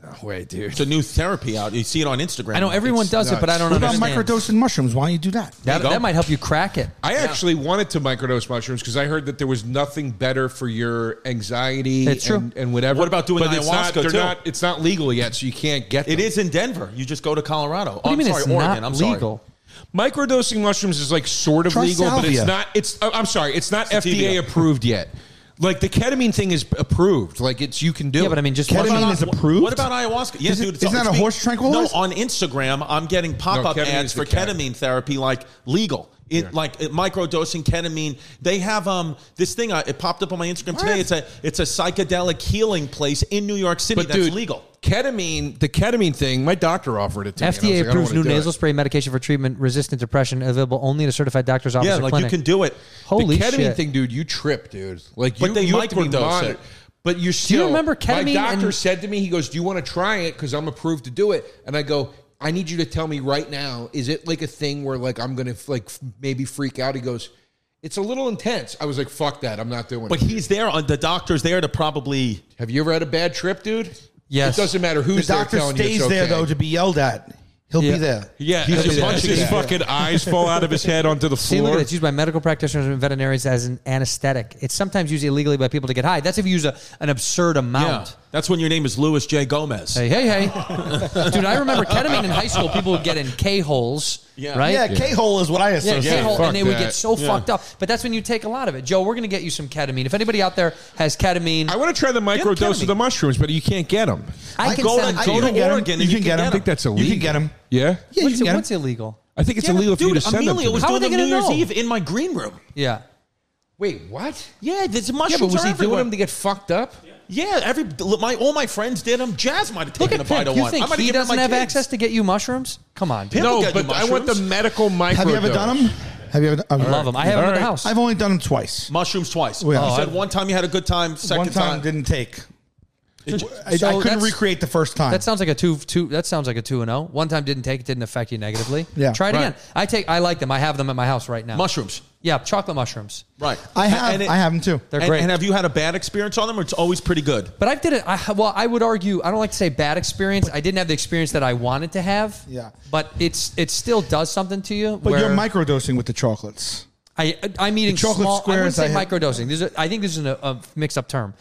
K: No way, dude.
I: It's a new therapy out. You see it on Instagram.
K: I know everyone
I: It's
K: does it, but
I: nuts.
K: I don't
L: What about
K: understand.
L: microdosing mushrooms? Why don't you do that?
K: That- that might
A: help you crack it.
K: I actually wanted to microdose mushrooms because I heard that there was nothing better for your anxiety
I: It's true.
K: And, and whatever.
I: What about doing
K: but it's not,
I: ayahuasca,
K: they're
I: too?
K: Not, it's not legal yet, so you can't get them.
I: It is in Denver. You just go to Colorado.
K: do
I: oh,
K: you mean
I: I'm sorry,
K: it's
I: Oregon.
K: not
I: I'm
K: legal?
I: sorry.
K: Microdosing mushrooms is like sort of
I: Try
K: legal, but it's
I: salvia.
K: not. It's oh, I'm sorry, it's not
I: Sativia.
K: FDA approved yet. Like the ketamine thing is approved. Like it's you can do.
I: Yeah,
K: it.
I: but I mean, just- Ketamine
K: What about-
I: is approved? What about ayahuasca? Yes,
K: Is it-
I: dude. it's
K: isn't
I: all-
K: that
I: it's
K: a
I: being-
K: horse tranquilizer?
I: No, on Instagram, I'm getting pop up
K: ketamine
I: ads
K: is the
I: for
K: cat.
I: ketamine therapy, like legal. It like it, microdosing ketamine. They have um this thing. I, it popped up on my Instagram today. It's a it's a psychedelic healing place in New York City
K: but
I: that's
K: dude,
I: legal.
K: Ketamine, the ketamine thing. My doctor offered it to me. and I was
A: FDA
K: like, I don't
A: approves
K: wanna
A: new
K: do it.
A: nasal spray medication for treatment resistant depression available only at a certified doctor's office
K: Yeah,
A: or
K: like, you
A: clinic.
K: can do it.
A: Holy
K: the ketamine
A: shit.
K: thing, dude. You trip, dude. Like you,
A: But they
K: you have to be
A: microdose it.
K: monitored. But you still.
A: Do you remember
K: My
A: ketamine
K: doctor
A: and-
K: said to me, he goes, "Do you want to try it? Because I'm approved to do it." And I go, "I need you to tell me right now. Is it like a thing where like I'm gonna like f- maybe freak out?" He goes, "It's a little intense." I was like, "Fuck that. I'm not doing
I: But
K: it."
I: he's there. On the doctor's there to probably.
K: Have you ever had a bad trip, dude?
I: Yes.
K: It doesn't matter who's
L: the
K: there
L: doctor
K: telling you
L: stays
K: it's okay.
L: there though to be yelled at. He'll
A: Yeah.
L: be there.
K: Yeah,
L: He'll
K: it's
L: be
K: a
L: there.
K: bunch of- His fucking eyes fall out of his head onto the
A: See, look at
K: floor.
A: it. It's used by medical practitioners and veterinarians as an anesthetic. It's sometimes used illegally by people to get high. That's if you use a, an absurd amount.
I: Yeah, that's when your name is Louis J. Gomez.
A: Hey, hey, hey. Dude, I remember ketamine in high school, people would get in K holes.
I: Yeah.
A: Right?
I: Yeah, K-hole is what I associate.
A: Yeah, K-hole,
I: Fuck
A: and they would
I: that.
A: get so
I: Yeah.
A: fucked up. But that's when you take a lot of it. Joe, we're going to get you some ketamine. If anybody out there has ketamine, I
K: want to try the microdose of the mushrooms, but you can't get them.
A: I can
K: go
A: send
K: to,
A: them to
K: go to
A: you. You can
K: Oregon.
A: get 'em.
K: and You can
A: You can
K: get them.
A: get
K: I think
A: 'em.
K: that's illegal.
A: You can get 'em.
K: Yeah.
A: what's, what's illegal?
K: I think it's
A: Yeah,
K: illegal for you to
I: Dude,
K: send them.
I: Amelia
K: to me.
I: was doing them New Year's Eve in my green room.
A: Yeah.
K: Wait, what?
I: Yeah, there's
K: Yeah,
I: mushrooms.
K: but was
I: are
K: he doing
I: everywhere.
K: them to get fucked up?
I: Yeah, every my all my friends did them. Jazz might have
A: Look
I: taken a
A: at
I: bite
A: Pimp.
I: of
A: You
I: one. I
A: think
I: might
A: he
I: given it to
A: doesn't
I: my
A: have
I: kids.
A: access to get you mushrooms? Come on.
I: Pimp will
K: no,
I: get
K: but
I: you
K: I want the
I: mushrooms.
K: medical microdose.
L: Have you ever done them? Have you ever? I
A: love 'em. I have 'em at the house.
L: I've only done them twice.
I: Mushrooms twice.
L: Yeah.
I: you
L: Oh,
I: said
L: I-
I: one time you had a good time. Second
L: One time, didn't take. I, I couldn't
A: that's-
L: recreate the first time.
A: That sounds like a two two. That sounds like a two and zero. One time didn't take it, didn't affect you negatively.
L: Yeah.
A: try it
L: Right.
A: again. I take. I like them. I have them at my house right now.
I: Mushrooms.
A: Yeah, chocolate mushrooms.
I: Right.
L: I have- I have 'em too.
A: They're
I: and,
A: great.
I: And have you had a bad experience on them? Or it's always pretty good.
A: But I've did it. I, well, I would argue. I don't like to say bad experience. I didn't have the experience that I wanted to have.
L: Yeah.
A: But it's it still does something to you.
L: but
A: where
L: you're microdosing with the chocolates.
A: I I'm eating
L: The chocolate
A: small. I wouldn't
L: squares
A: say
L: I had-
A: microdosing. These are, I think this is an, a mix up term.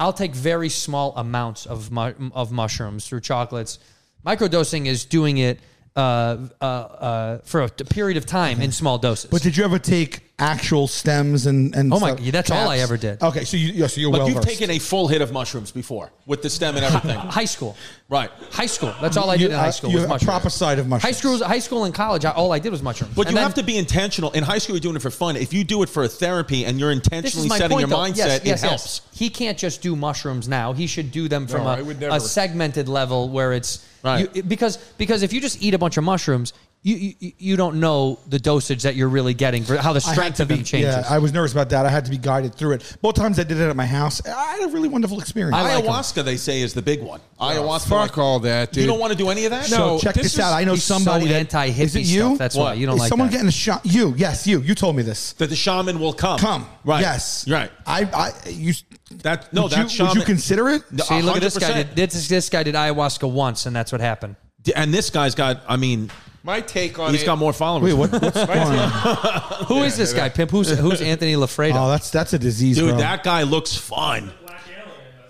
A: I'll take very small amounts of mu- of mushrooms through chocolates. Microdosing is doing it uh, uh, uh, for a t- period of time in small doses.
L: But did you ever take actual stems and and?
A: Oh my-
L: stuff?
A: yeah, that's all I ever did.
L: Okay, so you yeah, so you're
I: Like
L: well
I: you've
L: versed.
I: taken a full hit of mushrooms before with the stem and everything.
A: high school,
I: right?
A: high school. That's all I did in high school
L: You
A: was
L: have a
A: mushrooms.
L: proper side of mushrooms.
A: High school, high school, and college. I, all I did was mushrooms.
I: But
A: And
I: you
A: then-
I: have to be intentional. In high school, you're doing it for fun. If you do it for a therapy and you're
A: This is
I: intentionally
A: my
I: setting
A: point,
I: your
A: though.
I: mindset,
A: Yes, yes, yes.
I: it helps.
A: He can't just do mushrooms now. He should do them from
K: No,
A: a-
K: I would
A: a,
K: never.
A: segmented level where it's right. you, because because if you just eat a bunch of mushrooms, you, you you don't know the dosage that you're really getting for how the
L: I had
A: strength
L: to
A: of them
L: be-
A: changes.
L: Yeah, I was nervous about that. I had to be guided through it. Both times I did it at my house, I had a really wonderful experience.
I: ayahuasca, they say, is the big one. ayahuasca.
K: fuck all that, dude.
I: You don't want to do any of that.
L: so check this, out. I know
A: he's so
L: somebody that-
A: anti-hippie
L: Is it you?
A: stuff. That's why you don't
L: Is
A: like
L: someone
A: that.
L: getting a shot? You? Yes, you. You told me this.
I: that the shaman will come.
L: Come.
I: Right.
L: Yes.
I: Right.
L: I. I. You.
I: That no.
L: Would
I: that
L: you-
I: shaman.
L: would you consider it?
I: No,
A: See, look at this guy.
I: 100%.
A: Did, this this guy did ayahuasca once, and that's what happened.
I: And this guy's got. I mean,
K: My take on
I: he's
K: it.
I: got more followers.
L: Wait, what- what's going on?
A: Who is this guy, Pimp? Who's who's Anthony Lafredo?
I: Uh,
L: Oh, that's that's a disease,
I: Dude,
L: bro.
I: that guy looks fun.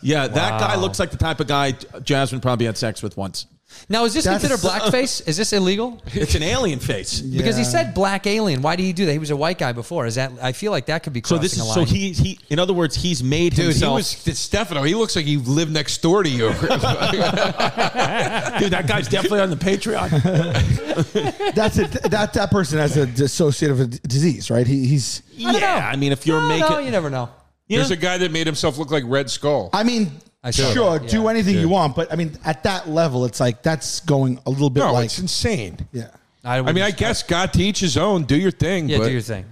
I: Yeah, that guy
A: Wow.
I: looks like the type of guy Jasmine probably had sex with once.
A: now, is this
I: That's-
A: considered blackface? Is this illegal?
I: It's an alien face.
A: Because he said black alien. Why did he do that? He was a white guy before. Is that? I feel like that could be
I: So
A: crossing
I: this
A: a
I: is
A: line.
I: so he he in other words he's made
K: Dude,
I: himself.
K: he was it's Stefano. He looks like he lived next door to you.
I: dude, that guy's definitely on the Patreon.
L: that's it. That that person has a dissociative d- disease, right? He, he's.
I: yeah, I mean if you're
A: No,
I: making
A: no, you never know.
K: There's a guy that made himself look like Red Skull.
L: I mean,
A: I saw
L: sure,
A: that,
L: do
A: yeah.
L: anything you want, but I mean, at that level, it's like that's going a little bit
K: no,
L: like
K: it's insane.
L: yeah.
A: I,
K: I mean, I guess God to each his own. Do your thing.
A: yeah,
K: but
A: do your thing.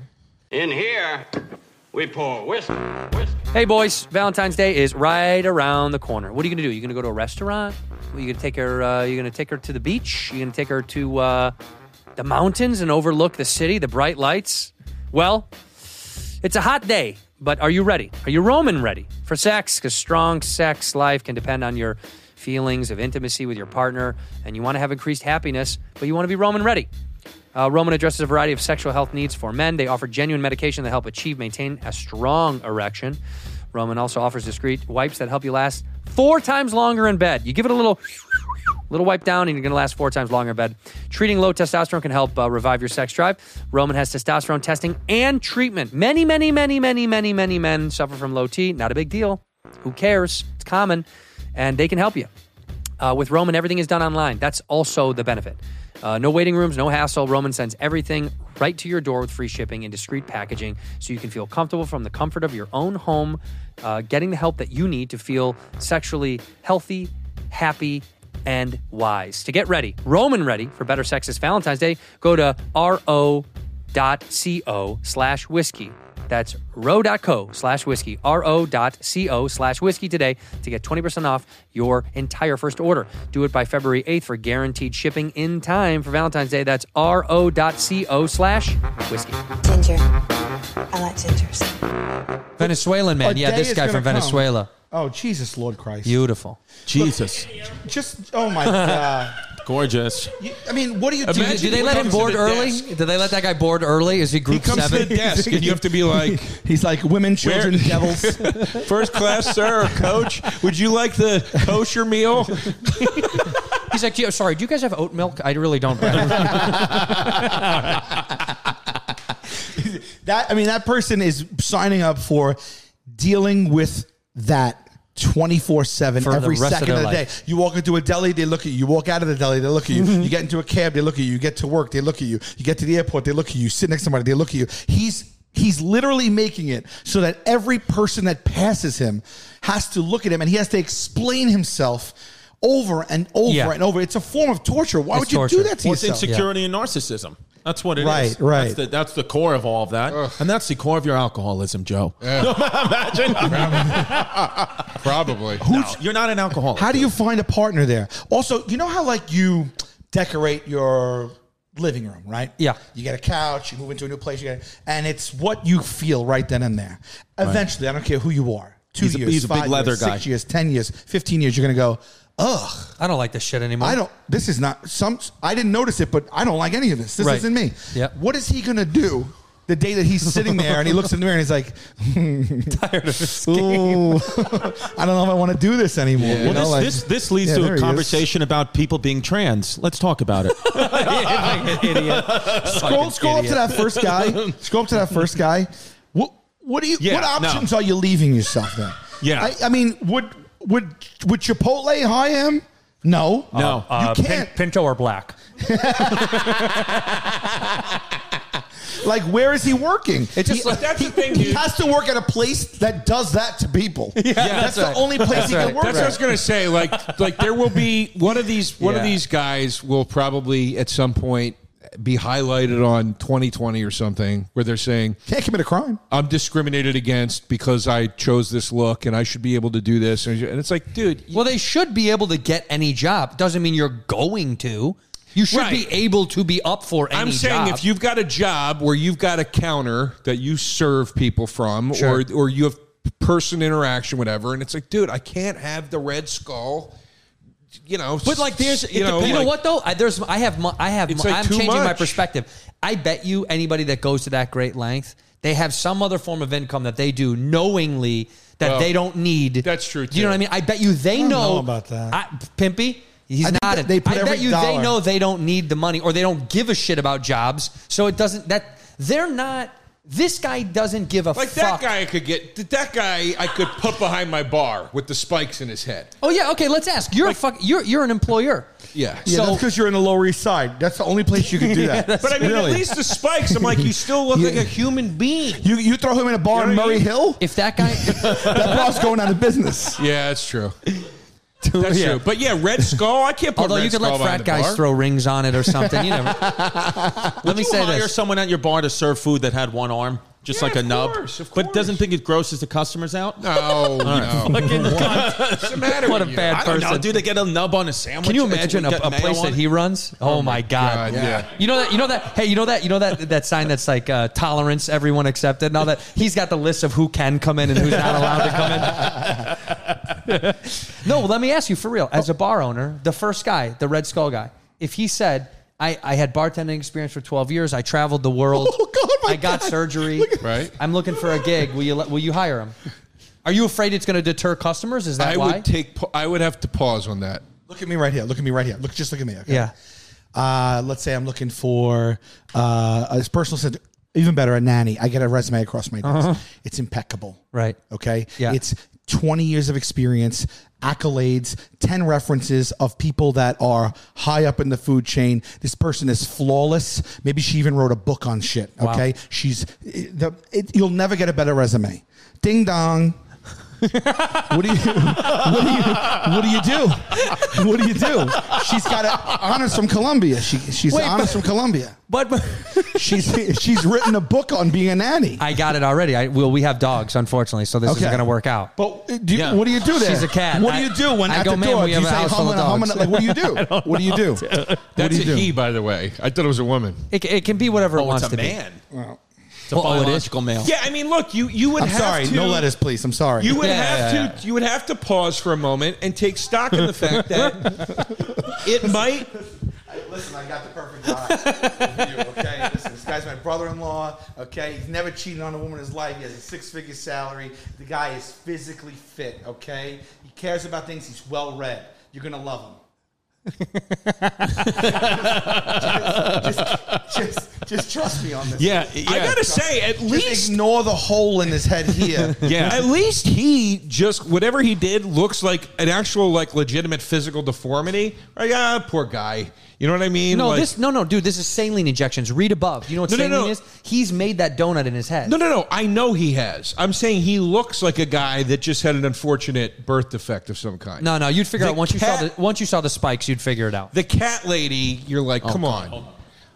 B: In here, we pour whiskey, whiskey.
N: Hey, boys, Valentine's Day is right around the corner. What are you going to do? You're going to go to a restaurant? You're going to take her. Uh, you're going to take her to the beach. You're going to take her to uh,
A: the mountains and overlook the city, the bright lights? Well, it's a hot day, but are you ready? Are you Roman ready for sex? Because strong sex life can depend on your feelings of intimacy with your partner, and you want to have increased happiness, but you want to be Roman ready. Uh, Roman addresses a variety of sexual health needs for men. They offer genuine medication that help achieve maintain a strong erection. Roman also offers discreet wipes that help you last four times longer in bed. You give it a little little wipe down and you're going to last four times longer in bed. Treating low testosterone can help uh, revive your sex drive. Roman has testosterone testing and treatment. Many, many, many, many, many, many men suffer from low T. Not a big deal. Who cares? It's common, and they can help you. Uh, with Roman, everything is done online. That's also the benefit. Uh, no waiting rooms, no hassle. Roman sends everything right to your door with free shipping and discreet packaging so you can feel comfortable from the comfort of your own home, uh, getting the help that you need to feel sexually healthy, happy, and wise. To get ready, Roman ready for better sex this Valentine's Day, go to ro.co slash whiskey. That's ro.co slash whiskey, ro.co slash whiskey today to get 20% off your entire first order. Do it by February 8th for guaranteed shipping in time for Valentine's Day. That's ro.co slash whiskey.
H: Ginger. I like gingers.
M: Venezuelan man.
L: A
M: yeah,
L: day
M: this
L: is
M: guy
L: gonna
M: from Venezuela.
L: Oh, Jesus, Lord Christ.
M: Beautiful.
I: Jesus.
L: Just, oh my God.
I: Gorgeous.
L: You- I mean, what do you
M: Do,
L: do?
M: do they let him board early? Do they let that guy board early? Is he
K: He
M: group
K: comes
M: seven?
K: to the desk and you have to be like,
L: He's like, women,
K: Where-
L: children, devils.
K: first class, sir, or coach, would you like the kosher meal?
M: He's like, "Yeah, sorry, do you guys have oat milk? I really don't. Brad."
L: That I mean, that person is signing up for dealing with that twenty four seven
M: the
L: every
M: rest of
L: second of,
M: their
L: the day.
M: life. Mm-hmm.
L: You walk into a deli, they look at you. You walk out of the deli, they look at you. you get into a cab, they look at you. You get to work, they look at you. You get to the airport, they look at you. You sit next to somebody, they look at you. He's he's literally making it so that every person that passes him has to look at him and he has to explain himself over and over
M: Yeah.
L: and over. It's a form of torture. Why
M: It's
L: would you
M: torture.
L: do that to
I: Well, it's
L: yourself?
I: insecurity and narcissism. That's what it is.
L: Right, right.
I: That's the, that's the core of all of that. And that's the core of your alcoholism, Joe. Imagine.
K: Probably.
I: No, You're not an alcoholic.
L: How do you find a partner there? Also, you know how like you decorate your living room, right?
M: Yeah.
L: You get a couch, you move into a new place, you get, and it's what you feel right then and there. Eventually, I don't care who you are. Two
I: He's a-
L: years,
I: he's a big
L: five
I: leather
L: years,
I: guy.
L: Six years, ten years, fifteen years. You're gonna go, ugh.
M: I don't like this shit anymore.
L: I don't. This is not some. I didn't notice it, but I don't like any of this. This
M: Right.
L: isn't me.
M: Yep.
L: What is he gonna do the day that he's sitting there and he looks in the mirror and he's like,
M: tired of this.
L: "Ooh, I don't know if I want to do this anymore." You
I: Well,
L: know,
I: this,
L: like-
I: this, this leads
L: Yeah,
I: to
L: there he
I: a
L: is.
I: conversation about people being trans. Let's talk about it.
M: Uh, Like an idiot.
L: scroll scroll up to that first guy. scroll up to that first guy. What what do you
I: Yeah,
L: what
I: no.
L: options are you leaving yourself then?
I: Yeah.
L: I, I mean, would would would Chipotle hire him? No.
I: No.
L: You
M: Uh, pin-
L: can't
M: Pinto or black?
L: like where is he working? It's
K: just like- that's the thing,
L: He
K: dude.
L: has to work at a place that does that to people. Yeah,
M: that's
L: that's, the
M: right.
L: only place he can work
K: That's what I was
L: at.
K: gonna say. Like, like there will be one of these. One of
M: Yeah.
K: these guys will probably at some point be highlighted on 2020 or something, where they're saying
L: Can't commit a crime.
K: I'm discriminated against because I chose this look and I should be able to do this. And it's like, dude,
M: Well, they should be able to get any job. Doesn't mean you're going to. You should
K: Right.
M: be able to be up for any
K: I'm saying
M: job.
K: if you've got a job where you've got a counter that you serve people from,
M: Sure.
K: or or you have person interaction, whatever, and it's like, dude, I can't have the red skull. You know,
M: But like, there's
K: you know,
M: you know
K: like-
M: what though? I, there's I have mo- I have
K: It's
M: mo-
K: like
M: I'm
K: too
M: changing my
K: much.
M: perspective. I bet you anybody that goes to that great length, they have some other form of income that they do knowingly that
K: Well,
M: they don't need.
K: that's true,
M: You know
K: too.
M: what I mean? I bet you they
L: I don't
M: know,
L: know about that.
M: I, Pimpy. He's
L: I think
M: nodding.
L: that they put
M: I bet
L: every
M: you they
L: dollar-
M: know they don't need the money or they don't give a shit about jobs. So it doesn't that they're not. This guy doesn't give a
K: Like
M: fuck.
K: that guy, I could get that guy. I could put behind my bar with the spikes in his head.
M: Oh yeah, okay. Let's ask. You're a fuck. You're you're an employer.
K: Yeah,
L: Yeah,
M: So-
L: that's because you're in the Lower East Side. That's the only place you can do that.
K: but I mean,
L: Really.
K: at least the spikes. I'm like, you still look
L: Yeah.
K: like a human being.
L: you you throw him in a bar
K: You know
L: in
K: what I
L: Murray
K: mean?
L: Hill,
M: If that guy,
L: that bar's going out of business.
K: Yeah, that's true. That's
M: Yeah.
K: true. But yeah, red skull. I can't put.
M: Although
K: red
M: you could
K: skull
M: let
K: behind
M: frat
K: the
M: guys
K: bar.
M: throw rings on it or something. You never. Let me
I: you
M: say
I: hire
M: this.
I: someone at your bar to serve food that had one arm? Just
K: Yeah,
I: like a
K: of
I: nub,
K: course, of
I: but doesn't think it grosses the customers out.
K: No, Oh, no. Fucking cunt. What's the matter
I: What a
K: with you?
I: bad
K: I don't
I: person.
K: know,
I: Do they get a nub on a sandwich?
A: Can you imagine a, a place that he runs? Oh, my god!
I: God, yeah.
A: You know that. You know that. Hey, you know that. You know that. That sign that's like uh, tolerance, everyone accepted, and all that. He's got the list of who can come in and who's not allowed to come in. no, let me ask you for real. As a bar owner, the first guy, the Red Skull guy, if he said. I, I had bartending experience for 12 years. I traveled the world.
L: Oh
A: I got surgery. right. I'm looking for a gig. Will you let, will you hire him? Are you afraid it's going to deter customers? Is that
K: I
A: why?
K: would take. pa- I would have to pause on that.
L: Look at me right here. Look at me right here. Look, just look at me. Okay?
A: Yeah.
L: Uh, let's say I'm looking for uh, a personal said even better a nanny. I get a resume across my desk.
A: Uh-huh.
L: It's impeccable.
A: Right.
L: Okay.
A: Yeah.
L: It's 20 years of experience, accolades, 10 references of people that are high up in the food chain. This person is flawless. Maybe she even wrote a book on shit.
J: Wow.
L: Okay. She's, it, the, it, you'll never get a better resume. Ding dong. what do you what do you what do you do? What do you do? She's got a, honors from Columbia. She she's
A: Wait,
L: honors
A: but-
L: from Columbia.
A: But, but
L: she's she's written a book on being a nanny.
A: I got it already. I well, we have dogs, unfortunately, so this
L: Okay.
A: isn't going to work out.
L: But uh, do you, what do you do there?
A: She's a cat.
L: What
A: I-
L: do you do when
A: I
L: at
A: go,
L: the
A: "Ma'am,
L: door?
A: we
L: Do
A: have
L: you
A: a
L: say
A: house full
L: hum
A: of
L: and hum
A: dogs."
L: and, like what do you do?
A: I don't
L: What do you do?
A: know.
L: What
K: That's
L: do you
K: a
L: do?
K: he, by the way. I thought it was a woman.
A: It, it can be whatever it
K: Oh,
A: wants
K: it's a
A: to
K: man.
A: be. oh,
I: It's a biological male.
K: Yeah, I mean, look, you you would.
L: I'm
K: have
L: sorry.
K: to-
L: No lettuce, please. I'm sorry.
K: You would
L: Yeah,
K: have
L: yeah,
K: to you would have to pause for a moment and take stock in the fact that it might
L: Listen, I got the perfect guy. for you, okay, listen, this guy's my brother-in-law. Okay, he's never cheated on a woman in his life. He has a six-figure salary. The guy is physically fit. Okay, he cares about things. He's well-read. You're gonna love him. just, just, just, just trust me on this.
K: Yeah, I yeah. gotta say, at
L: Just
K: least-
L: ignore the hole in his head here.
K: At least he just whatever he did looks like an actual like legitimate physical deformity. Like ah, poor guy. You know what I mean?
A: No,
K: Like-
A: this no no dude, this is saline injections. Read above. You know what
K: No, no,
A: saline
K: no.
A: is? He's made that donut in his head.
K: No, no, no. I know he has. I'm saying he looks like a guy that just had an unfortunate birth defect of some kind.
A: No, no, you'd figure
K: The
A: out once you saw
K: cat-
A: the once you saw the spikes, you'd figure it out.
K: The cat lady, you're like,
A: Oh,
K: come on.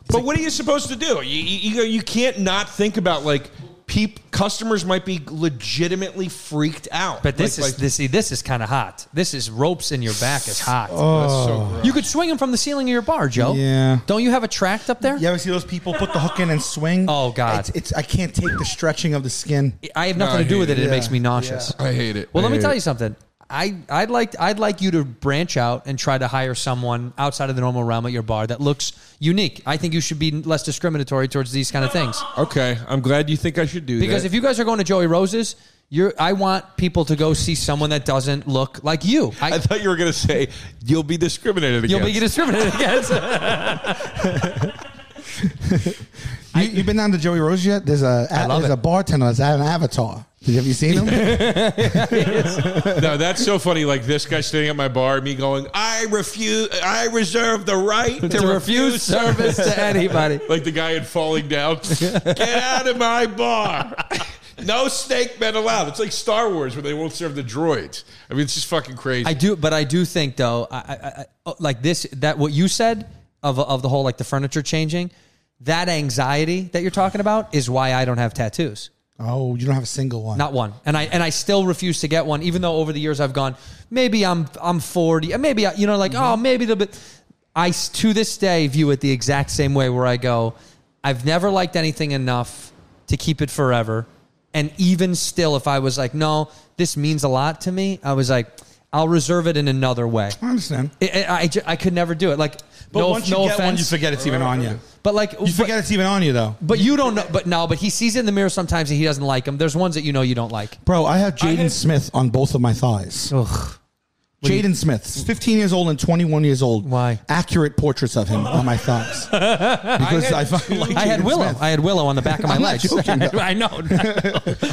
K: But what are you supposed to do? You, you, you- you can't not think about like peep customers might be legitimately freaked out.
A: But this
K: Like-
A: is
K: like-
A: this see, this is kind of hot. This is ropes in your back is hot.
L: Oh. That's so gross.
A: you could swing them from the ceiling of your bar, Joe.
L: Yeah.
A: Don't you have a tract up there?
L: You ever see those people put the hook in and swing? Oh
A: God.
L: it's, it's I can't take the stretching of the skin.
A: I have nothing to do with it. It makes me nauseous.
K: I hate it.
A: Well,
K: I
A: let me
K: hate
A: tell
K: it.
A: you something. I I'd like I'd like you to branch out and try to hire someone outside of the normal realm at your bar that looks unique. I think you should be less discriminatory towards these kind of things.
K: Okay, I'm glad you think I should do
A: Because
K: that.
A: if you guys are going to Joey Rose's, you're I want people to go see someone that doesn't look like you. I,
K: I thought you were going to say you'll be discriminated against.
A: You'll be discriminated against.
L: You, you been down to Joey Rose yet? There's a
A: love
L: there's
A: it.
L: a bartender that's an avatar. Have you seen him?
K: no, that's so funny. Like this guy sitting at my bar, me going, I refuse, I reserve the right to,
A: To refuse service to anybody.
K: like the guy in falling down, get out of my bar. No snake men allowed. It's like Star Wars where they won't serve the droids. I mean, it's just fucking crazy.
A: I do, but I do think though, I, I, I oh, like this that what you said of of the whole like the furniture changing, that anxiety that you're talking about is why I don't have tattoos.
L: oh, you don't have a single one.
A: Not one, and I and I still refuse to get one, even though over the years I've gone. Maybe I'm I'm forty, and maybe I, you know, like
L: Mm-hmm.
A: oh, maybe the. But I s- to this day view it the exact same way, where I go, I've never liked anything enough to keep it forever, and even still, if I was like, no, this means a lot to me, I was like, I'll reserve it in another way.
L: I understand.
A: I, I, I ju- I could never do it. Like,
L: But
A: no,
L: once you
A: no
L: get
A: offense,
L: one, you forget it's even on you.
A: But like,
L: You forget it's even on you though.
A: but you don't know. But no, but he sees it in the mirror sometimes, and he doesn't like them. There's ones that you know you don't like.
L: Bro, I have Jaden Smith on both of my thighs.
A: Ugh.
L: Jaden Smith, 15 years old and 21 years old.
A: Mm. Why?
L: Accurate portraits of him on my thighs. Because I, fucking like
A: I had
L: Jaden
A: Willow.
L: Smith.
A: I had Willow on the back of my
L: I'm not
A: legs.
L: joking, though.
A: I know.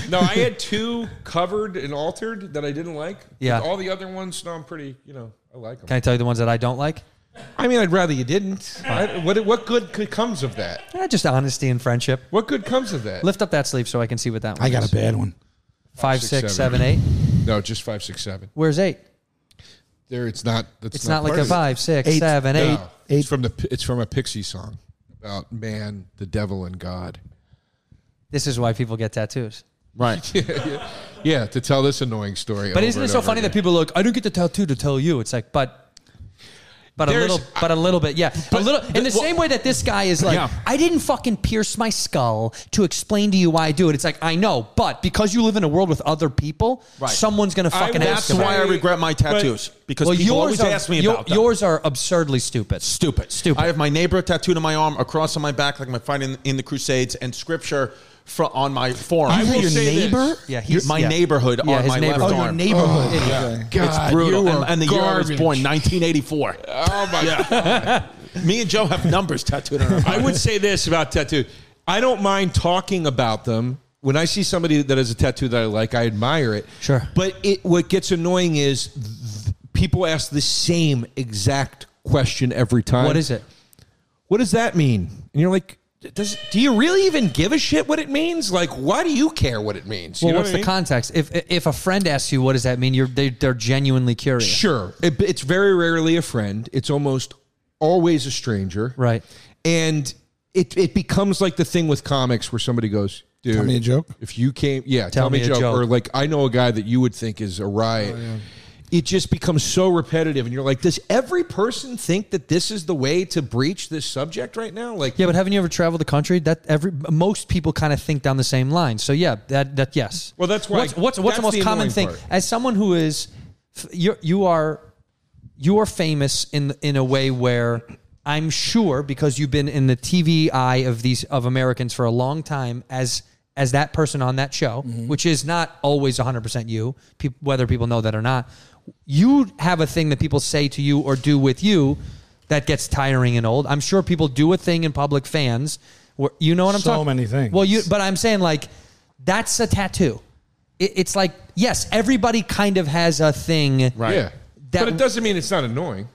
K: no, I had two covered and altered that I didn't like.
A: Yeah.
K: all the other ones, no, I'm pretty. You know, I like them.
A: Can I tell you the ones that I don't like?
K: I mean, I'd rather you didn't. I- what what good could, comes of that?
A: Eh, just honesty and friendship.
K: What good comes of that?
A: Lift up that sleeve so I can see what that one
L: I got
A: is.
L: a bad one.
A: Five, six, seven, eight.
K: No, just five, six, seven.
A: Where's eight?
K: There, it's not. That's
A: It's not like
K: part
A: a
K: of it.
A: five, six, Eight. seven, eight,
K: It's from the. It's from a Pixie song about man, the devil, and God.
A: This is why people get tattoos.
I: Right.
K: yeah, yeah. Yeah, to tell this annoying story.
A: But isn't it
K: over and
A: so
K: over
A: funny
K: again.
A: that people look? I don't get the tattoo to tell you. It's like, but, but a
K: There's-
A: little, but a little bit, yeah, a little. In the
K: well-
A: same way that this guy is like,
K: Yeah.
A: I didn't fucking pierce my skull to explain to you why I do it. It's like I know, but because you live in a world with other people, someone's gonna fucking.
I: would
A: ask
I: That's why
A: about it.
I: I regret my tattoos, because people always
A: are,
I: ask me
A: your-
I: about them.
A: Yours are absurdly stupid.
I: Stupid. Stupid. I have my neighbor tattooed on my arm, a cross on my back, like my fighting in the Crusades, and scripture fro- on my forearm.
O: You have your neighbor?
I: Yeah, he's my neighborhood
O: Yeah,
I: on
O: his
I: my
O: neighbor-
I: left
O: Oh, your
I: arm.
O: neighborhood. Oh,
I: yeah.
O: God,
I: it's brutal.
O: you
I: And,
O: are
I: and the year I was
O: garbage.
I: born, 1984. Oh my god. Me and Joe have numbers tattooed on our
K: I would say this about tattoo. I don't mind talking about them. When I see somebody that has a tattoo that I like, I admire it. Sure. But it what gets annoying is th- people ask the same exact question every time.
A: What is it?
K: What does that mean? And you're like, does do you really even give a shit what it means? Like, why do you care what it means? You
A: Well,
K: know
A: what's
K: what I
A: the
K: mean?
A: context? If if a friend asks you, what does that mean? You're they, they're genuinely curious.
K: Sure. It- it's very rarely a friend. It's almost always a stranger.
A: Right.
K: And it, it becomes like the thing with comics where somebody goes, dude.
O: Tell me a joke?
K: If you came, yeah, tell, me, a joke. Or like, I know a guy that you would think is a
O: Oh,
K: riot. It just becomes so repetitive. And you're like, does every person think that this is the way to breach this subject right now? Like,
A: Yeah, but haven't you ever traveled the country? That every most people kind of think down the same line. So yeah, that that yes.
K: Well, that's why-
A: What's what's, what's
K: that's
A: the most
K: the
A: common
K: annoying
A: thing?
K: part.
A: As someone who is, f- you you are, you are famous in in a way where I'm sure because you've been in the TV eye of these of Americans for a long time as as that person on that show,
O: Mm-hmm.
A: which is not always 100 percent you, peop whether people know that or not. You have a thing that people say to you or do with you that gets tiring and old. I'm sure people do a thing in public fans. Where, you know what I'm
L: So
A: talking?
L: many things.
A: Well, you. But I'm saying like that's a tattoo. It, it's like yes, everybody kind of has a thing.
K: Right. Yeah.
A: That-
K: but it doesn't mean it's not annoying.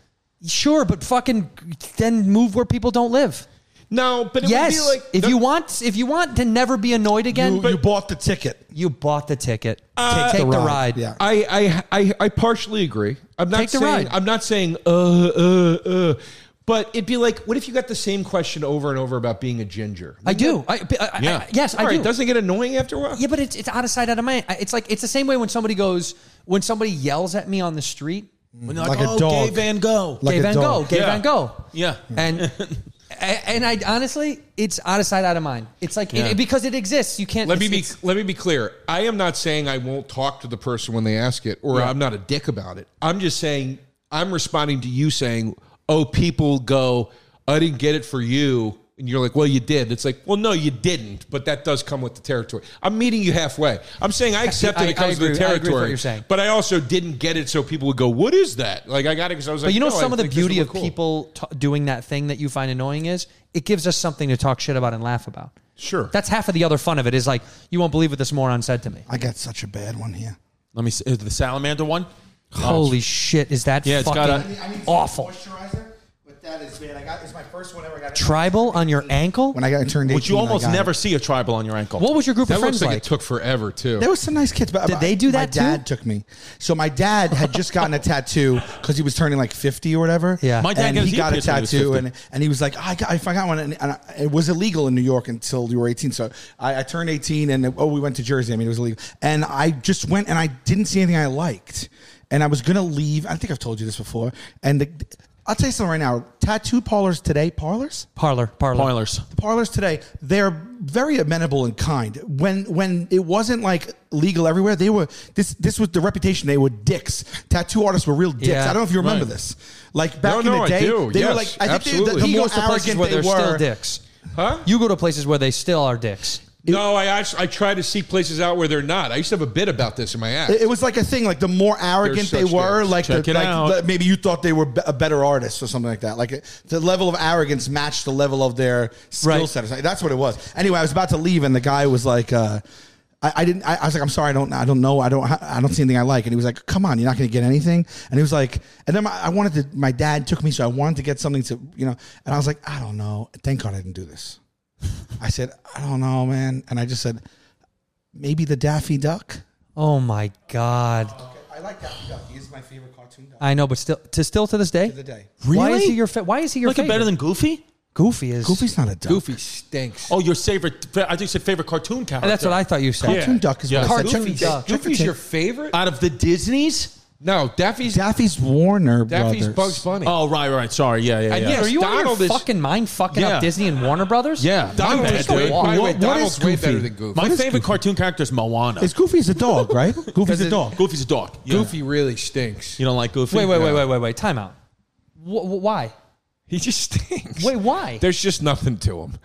A: Sure, but fucking then move where people don't live.
K: No, but it would
A: yes,
K: be like-
A: if you want, if you want to never be annoyed again,
K: You- But- you
A: bought the ticket. You bought the ticket.
K: Uh,
A: take, take the ride.
K: I, I I I partially agree. I'm not
A: Take the
K: saying
A: ride.
K: I'm not saying uh uh uh. But it'd be like, what if you got the same question over and over about being a ginger?
A: I do. I, I- I-
K: Yeah.
A: yes, I
K: Sorry,
A: do.
K: it doesn't get annoying after a while?
A: Yeah, but it's it's out of sight, out of mind. I- It's like it's the same way when somebody goes, when somebody yells at me on the street,
I: When they're like, Like a "Oh, dog. Gay Van Gogh." Like
A: Gay
I: a
A: Van Gogh,
I: dog.
A: Gay
I: Yeah.
A: Van Gogh,
I: Yeah.
A: and. And I honestly, it's out of sight, out of mind. It's like
K: Yeah.
A: it, because it exists, you can't.
K: Let me
A: it's-
K: be
A: it's-
K: let me be clear. I am not saying I won't talk to the person when they ask it, or
A: Yeah.
K: I'm not a dick about it. I'm just saying I'm responding to you saying, "Oh, people go, I didn't get it for you," and you're like, "Well, you did." It's like, "Well, no, you didn't," but that does come with the territory. I'm meeting you halfway. I'm saying I accept that
A: I-
K: it comes
A: I
K: with the
A: agree- I agree
K: territory.
A: with what you're saying.
K: but I also didn't get it, so people would go, "What is that?" Like I got it because I was
A: But
K: like,
A: you know,
K: "No, I
A: some of the
K: think this would
A: beauty
K: look
A: of
K: cool."
A: people t- doing that thing that you find annoying is it gives us something to talk shit about and laugh about.
K: Sure.
A: That's half of the other fun of it is like, you won't believe what this moron said to me.
L: I got such a bad one here.
I: Let me see. Is the salamander one?
A: Holy shit, is that
I: Yeah, it's
A: fucking
I: got
O: I need some
A: awful?
O: Moisturizer, but that is bad. I got it's my first one ever. I got
A: Tribal on your ankle?
L: When I got turned
I: Would you
L: 18, I
I: almost
L: got
I: never see a tribal on your ankle?
A: What was your group
K: That looks like, it took forever too.
L: There was some nice kids, but
A: Did they do that
L: My dad took me. So my dad had just gotten a tattoo because he was turning like fifty or whatever.
A: Yeah.
I: My dad
L: and
I: got his
L: he got a
I: ear pierced when he
L: tattoo,
I: was 50.
L: and and he was like, I got, I got one, and, and I, it was illegal in New York until you were eighteen. So I, I turned eighteen, and oh, we went to Jersey. I mean, it was illegal, and I just went, and I didn't see anything I liked, and I was gonna leave. I think I've told you this before, and the. I'll tell you something right now. Tattoo parlors today, parlors,
A: Parlor, parlor.
I: Spoilers.
L: the parlors today they're very amenable and kind when when it wasn't like legal everywhere they were this this was the reputation they were dicks tattoo artists were real dicks
A: Yeah.
L: i don't know if you remember
K: Right.
L: this like back
K: No,
L: in
K: no,
L: the
K: I
L: day
K: do.
L: they were
K: Yes,
L: like i think they, the,
K: absolutely.
L: the
A: He
L: more
A: goes to places
L: arrogant
A: where
L: they
A: they're
L: were
A: still dicks.
K: Huh?
A: You go to places where they still are dicks.
K: no, I actually, I try to seek places out where they're not. I used to have a bit about this in my act.
L: it, it was like a thing like the more arrogant
K: such
L: they were
K: dicks.
L: like, the,
I: Check it out.
L: like the, maybe you thought they were be- a better artist or something like that like it- the level of arrogance matched the level of their skill
A: Right.
L: set or something. that's what it was anyway i was about to leave and the guy was like uh I, I didn't. I, I was like, I'm sorry, I don't, I don't know, I don't, I don't see anything I like. And he was like, Come on, you're not going to get anything. And he was like, and then my, I wanted to. My dad took me, so I wanted to get something to, you know. And I was like, I don't know. Thank God I didn't do this. I said, I don't know, man. And I just said, maybe the Daffy Duck.
A: Oh my god.
L: I like Daffy Duck. He's my favorite cartoon duck
A: I know, but still, to still to this day,
L: of the day.
A: why is he your fa- why is he your
I: Looking
A: favorite?
I: better than Goofy?
A: Goofy is
P: Goofy's not a duck.
K: Goofy stinks.
I: Oh, your favorite? I think you said favorite cartoon character.
A: And Oh, that's what I thought you said.
P: Cartoon duck is
I: Yeah.
P: what I said.
I: Cartoon
P: Check-
I: duck.
P: check-
K: Goofy's
P: check-
K: your favorite?
I: Out of the Disney's.
K: no, Daffy's.
P: Daffy's Warner
K: Daffy's
P: Brothers.
K: Bugs Bunny.
I: Oh right, right. Sorry. Yeah, yeah,
K: And
I: yeah.
K: yes,
A: Are you out of
K: Donald
A: your
K: is-
A: fucking mind fucking
I: Yeah.
A: up Disney and Warner Brothers?
I: Yeah.
K: Donald
I: Donald's
K: is
I: way-
K: way, by the way,
I: What- what
K: Donald's
I: is
K: way
I: Goofy?
K: better than Goofy.
I: My favorite cartoon character is Moana.
P: It's Goofy's a dog, right? Goofy's a
K: it-
P: dog.
I: Goofy's a dog. Yeah.
K: Goofy really stinks.
I: You don't like Goofy?
A: Wait, wait, wait,
I: No.
A: wait, wait, wait. Time out. Wh- wh- why?
K: He just stinks.
A: Wait, why?
K: There's just nothing to him.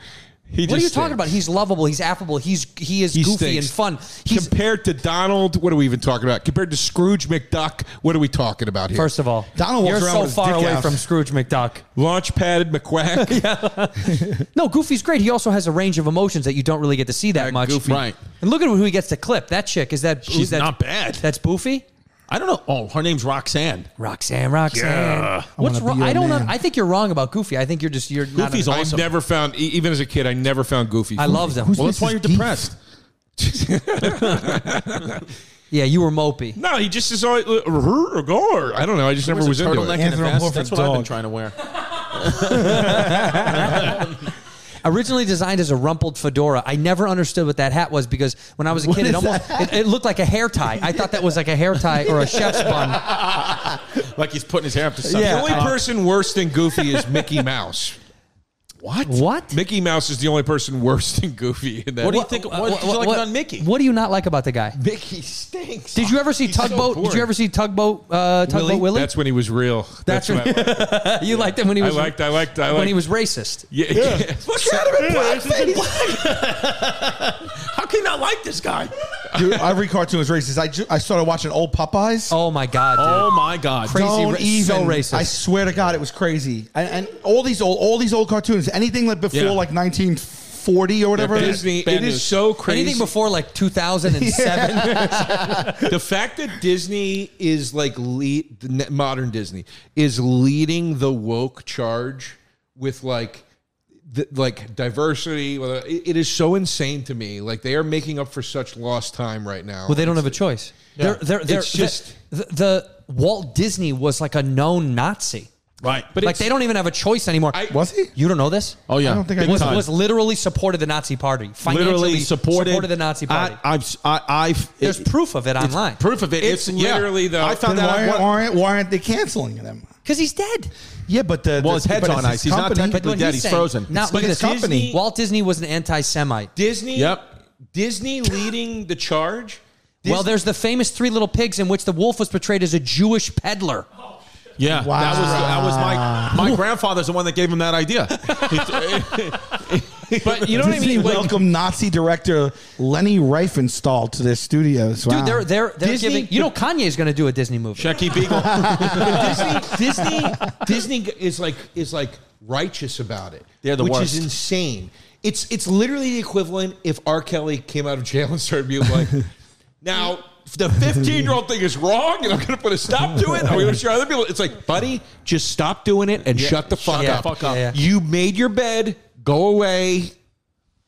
K: He
A: What are you talking about? He's lovable. He's affable. He's he is goofy and fun. He's
K: compared to Donald. What are we even talking about? Compared to Scrooge McDuck, what are we talking about here?
A: first of all,
P: Donald walks
A: you're
P: around
A: so
P: with his
A: far
P: dick
A: away
P: out.
A: from Scrooge McDuck.
K: Launchpad McQuack.
A: No, Goofy's great. He also has a range of emotions that you don't really get to see that
K: Uh,
A: much.
K: Goofy. Right.
A: And look at who he gets to clip. That chick is that.
I: She's
A: that,
I: not bad.
A: That's Boofy.
I: I don't know. Oh, her name's Roxanne.
A: Roxanne, Roxanne. What's
P: wanna be
A: wrong?
P: your
A: I don't.
P: man.
A: know. I think you're wrong about Goofy. I think you're just you're. not
I: Goofy's
A: an-
I: awesome.
K: I never found, e- even as a kid, I never found Goofy.
A: I
K: funny.
A: love them.
P: Who's
I: Well, that's why
P: Mrs.
I: you're
P: Geef?
I: depressed.
A: yeah, you were mopey.
K: No, he just is always. I don't know. I just never was
I: Wears a
K: into
I: turtleneck
K: it.
I: and a vest.
P: Anthropomorphic
I: That's what I've been
P: dog.
I: trying to wear.
A: Originally designed as a rumpled fedora, I never understood what that hat was because when I was a kid, it
P: is
A: almost it, it looked like a hair tie. I thought that was like a hair tie or a chef's bun.
I: Like he's putting his hair up to something.
K: The only person worse than Goofy is Mickey Mouse.
I: What?
A: What?
K: Mickey Mouse is the only person worse than Goofy in that.
I: What do you think? What,
A: What-
I: did you like
A: what-
I: about Mickey?
A: What do you not like about the guy?
I: Mickey stinks.
A: Did you ever see
K: He's so
A: tugboat? did
K: boring.
A: you ever see tugboat? Uh, tugboat Willie?
K: That's when he was real. That's,
A: when-
K: when I,
A: you liked him when he
K: I
A: was
K: liked. I liked. I liked.
A: when he was racist.
K: Yeah. yeah.
I: How can you not like this guy?
L: Dude, every cartoon is racist. I, ju- I started watching old Popeyes.
A: Oh my god, dude.
I: Oh my God!
A: Crazy.
L: Don't
A: ra- so
L: even.
A: racist.
L: I swear to God, it was crazy. And, and all these old, all these old cartoons, anything like before
I: Yeah.
L: like 1940 or whatever. it is.
K: Disney.
I: Bad
K: it is
I: news.
K: so crazy.
A: Anything before like 2007?
K: the fact that Disney is like lead the ne- modern Disney is leading the woke charge with like the, like diversity. whether- It, it is so insane to me. Like they are making up for such lost time right now.
A: Well, they don't have a choice. They're, they're, they're,
K: It's just-
A: the, the Walt Disney was like a known Nazi.
I: Right,
K: But
A: like
K: it's-
A: they don't even have a choice anymore.
K: I-
L: Was he?
A: you don't know this?
I: Oh yeah,
L: I don't think I
I: Big
L: did.
A: was,
I: time.
A: was literally supported the Nazi Party. Financially
I: literally supported,
A: the Nazi Party.
I: I, I've, I, I've
A: There's
I: it-
A: proof of it
I: it's
A: online.
I: Proof of it.
K: It's
I: yeah.
K: literally the-
I: I found
L: Then why,
I: that out.
L: aren't,
I: what-
L: why, aren't, why aren't they canceling them?
A: Because he's dead.
L: Yeah, but the
I: Well, his head's
L: but it's
I: on
L: his
I: ice. He's not
L: company.
I: technically-
A: But
I: dead,
A: he's
I: he's
A: saying-
I: frozen.
A: Now,
I: It's
A: look at
L: like his
A: this.
L: company.
A: Walt Disney was an anti-Semite.
K: Disney.
I: Yep.
K: Disney leading the charge.
A: well, there's the famous Three Little Pigs in which the wolf was portrayed as a Jewish peddler.
I: Yeah,
L: Wow.
I: that was that was my my grandfather's the one that gave him that idea.
K: But you know what I
L: Disney
K: mean? Like,
L: welcome Nazi director Lenny Riefenstahl to their studios. Wow.
A: Dude, they're they're they're
K: Disney-
A: giving. You know, Kanye's going to do a Disney movie.
I: Checky Beagle.
K: Disney Disney is like is like righteous about it.
I: They're the
K: which
I: worst.
K: is insane. It's it's literally the equivalent if R. Kelly came out of jail and started being like, now the 15 year old thing is wrong and I'm gonna put a stop to it. I'm gonna show other people. It's like, buddy, just stop doing it and shut the fuck
A: shut the
K: up.
A: fuck up. Yeah, yeah.
K: You made your bed, go away.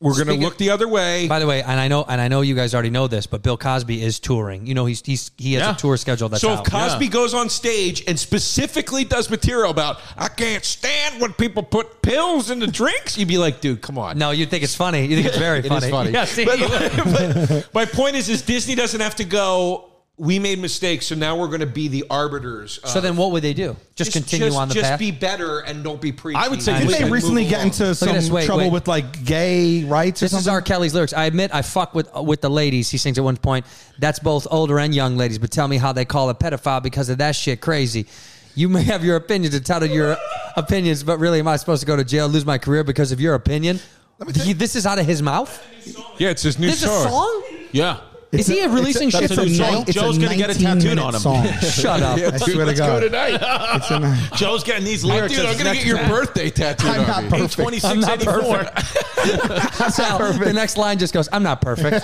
K: We're gonna
A: Speaking-
K: look the other way.
A: By the way, and I know, and I know you guys already know this, but Bill Cosby is touring. You know, he's, he's he has
I: Yeah.
A: a tour schedule. That's
K: so
A: out.
K: if Cosby goes on stage and specifically does material about I can't stand when people put pills into drinks, you'd be like, dude, come on.
A: no, you think it's funny. You think it's very
K: It
A: funny.
K: is funny.
A: Yeah, see?
K: But, but my point is, is Disney doesn't have to go. We made mistakes, so now we're going to be the arbiters.
A: so
K: of-
A: then, what would they do? Just, continue
K: just-
A: on the
K: just
A: path.
K: be better and don't be preachy.
I: I would say
L: Didn't
I: Disney-
L: they
K: Move
L: recently
K: along.
L: get into
A: at
L: some
A: this. Wait,
L: trouble
A: wait.
L: with like gay rights or
A: this is
L: something?
A: R. Kelly's lyrics. I admit I fuck with uh, with the ladies. He sings at one point. That's both older and young ladies. But tell me how they call a pedophile because of that shit crazy. You may have your opinions entitled your opinions, but really, am I supposed to go to jail, lose my career because of your opinion? He- this is out of his mouth.
K: Yeah, it's his new
A: This is a song.
I: yeah.
A: Is he releasing
L: it's a-
A: shit
L: it's
A: from
L: a
A: jail?
L: nine- it's
I: Joe's
L: a
I: gonna get a
L: 19
I: tattooed
L: minute
I: on him.
L: Song.
A: Shut up.
L: I swear to God.
K: tonight.
L: It's a-
I: Joe's getting these lyrics.
K: Dude,
I: as
K: I'm going to
I: next
K: get your
I: time.
K: birthday tattooed
L: I'm
K: on
L: not
K: me.
L: perfect.
A: I'm
I: 26,
A: not
I: 84.
A: Sal, the next line just goes, I'm not perfect.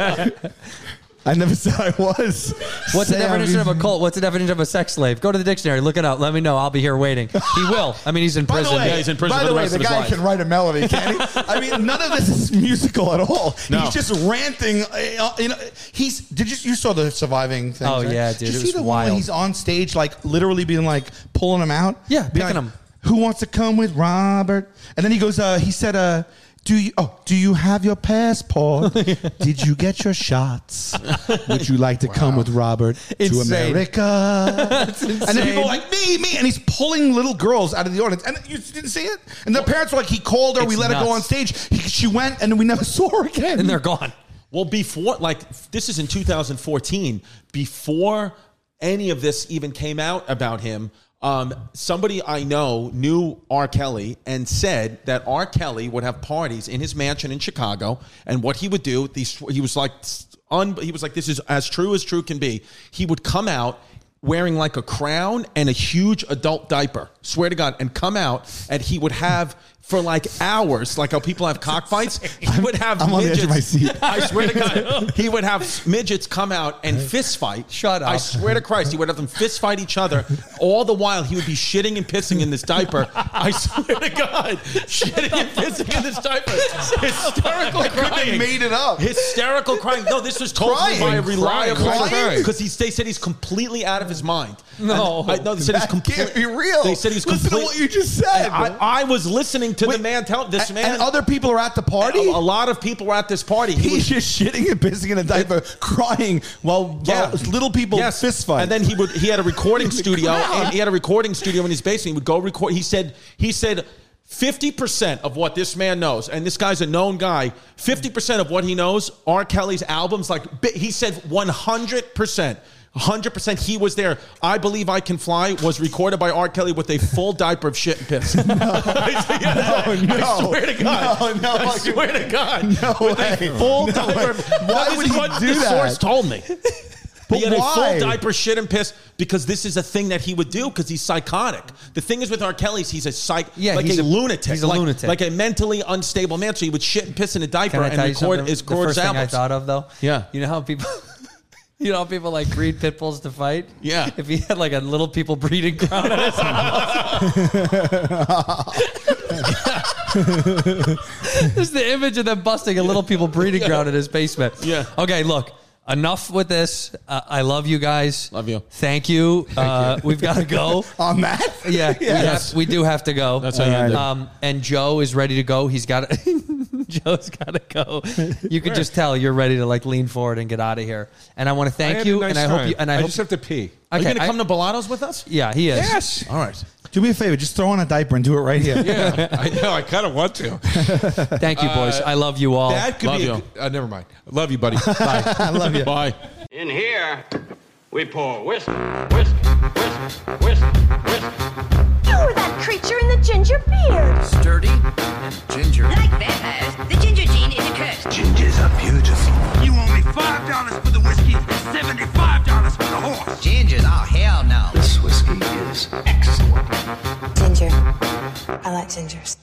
L: I never said I was.
A: What's the
L: Say I'm
A: definition of a
L: using-
A: cult? What's the definition of a sex slave? Go to the dictionary, look it up. Let me know. I'll be here waiting. He will. I mean, he's in
L: By the
A: prison.
L: way,
I: Yeah, he's in prison
L: By
I: for
L: the,
I: the
L: way,
I: rest
L: the
I: of his
L: guy
I: life.
L: can write a melody, can he? I mean, none of this is musical at all.
I: No.
L: He's just ranting. uh, You know, he's did you you saw the surviving thing?
A: Oh, yeah, dude,
L: Did
A: it
L: you see
A: was
L: the one where
A: wild.
L: he's on stage, like literally being like pulling him out?
A: Yeah,
L: Being
A: picking
L: like,
A: him.
L: Who wants to come with Robert? And then he goes, uh, he said, uh, do you, oh, do you have your passport? Did you get your shots? Would you like to come with Robert to
G: Insane.
L: America?
G: That's
L: And then people
G: insane.
L: are like, me, me. And he's pulling little girls out of the audience. And you didn't see it? And the parents were like, he called her, we
I: It's
L: let her go
I: nuts.
L: on stage. He, she went, and we never saw her again.
I: And they're gone. Well, before, like, this is in 2014, before any of this even came out about him, um, somebody I know knew R. Kelly and said that R. Kelly would have parties in his mansion in Chicago, and what he would do, these, he was like, un, he was like, this is as true as true can be. He would come out wearing like a crown and a huge adult diaper. Swear to God, and come out, and he would have for like hours, like how people have cockfights. He would have
L: I'm on the edge of
I: midgets-
L: my seat.
I: I swear to
G: oh.
I: God, he would have midgets come out and fist fight. Shut up! I swear to Christ, he would have them fist fight each other. All the while, he would be shitting and pissing in this diaper. I swear to God, shitting and pissing in this diaper. Hysterical
G: I couldn't have
I: crying.
G: made it up.
I: Hysterical crying. No, this was totally
G: Crying.
I: by a reliable
G: Crying. Crying.
I: because he they said he's completely out of his mind.
G: No.
I: And I, no, they said
G: That
I: he's completely
G: can't be real.
I: They said he's
G: Listen to
I: complete-
G: what you just said.
I: And I, I was listening to the man tell this man. And other
L: people are at the party.
I: A, a lot of people were at this party. He
L: He's just shitting and pissing in a diaper, crying while,
I: Yeah.
G: Oh,
L: while little people
I: Yes.
L: fist fight.
I: And then he would he had a recording studio.
L: crowd.
I: and he had a recording studio in his basement. He would go record. He said he said. 50% of what this man knows, and this guy's a known guy, 50% of what he knows, R. Kelly's albums, like bi- he said 100%. 100% he was there. I Believe I Can Fly was recorded by R. Kelly with a full diaper of shit and piss. I swear to God.
G: No, no,
I: I swear to God.
G: No
I: With
G: way.
I: a full
G: No
I: diaper.
G: way.
I: No,
G: Why
I: this
G: would
I: is
G: he
I: what
G: do
I: the
G: that?
I: source told me.
G: But
I: he had
G: why?
I: a full diaper shit and piss because this is a thing that he would do because he's psychotic. The thing is with R. Kelly's, he's a psych,
A: Yeah,
I: like
A: he's a-
I: a, lunatic,
A: he's a
I: like,
A: lunatic.
I: like a mentally unstable man. So he would shit and piss in a diaper
A: Can I
I: and
A: tell you
I: record
A: something?
I: his
A: the first
I: gorgeous
A: thing I
I: albums.
A: thought of though.
I: Yeah.
A: You know how people, you know how people like breed pit bulls to fight.
I: Yeah.
A: If he had like a little people breeding ground at his house. this is the image of them busting a little people breeding ground in his basement. Yeah. Okay. Look. Enough with this. Uh, I love you guys. Love you. Thank you. uh, We've got to go
L: on that.
A: Yeah, we,
L: Yes.
A: have- we do have to go. That's
I: how you end it.
A: Um, and Joe is ready to go. He's got. Joe's got to go. You can
K: Where?
A: just tell you're ready to like lean forward and get out of here. And I want to
K: I
A: thank
K: had a
A: you.
K: nice
A: and I hope
K: time.
A: you. And I,
K: I
A: hope
K: just have to pee.
I: Are you
A: Okay,
I: going to
A: I-
I: come to Bolanos with us?
A: Yeah, he is.
K: Yes. All right.
L: Do me a favor, just throw on a diaper and do it right here.
K: Yeah, I know. I kind of want to.
A: Thank you, boys.
K: Uh,
A: I love you all.
K: That could
A: Oh, love
K: be. a
A: you.
K: good- uh, never mind. Love you, buddy. Bye.
L: I love you.
K: Bye.
B: In here, we pour whiskey, whiskey, whiskey, whiskey, whiskey.
C: You were Oh, that creature in the ginger beard.
Q: Sturdy ginger.
E: Like vampires, the ginger gene is a curse.
R: Gingers are beautiful.
G: You owe me five dollars for the whiskey and seventy-five dollars for the horse.
Q: Gingers, oh hell no.
R: This whiskey is excellent.
S: Ginger. I like gingers.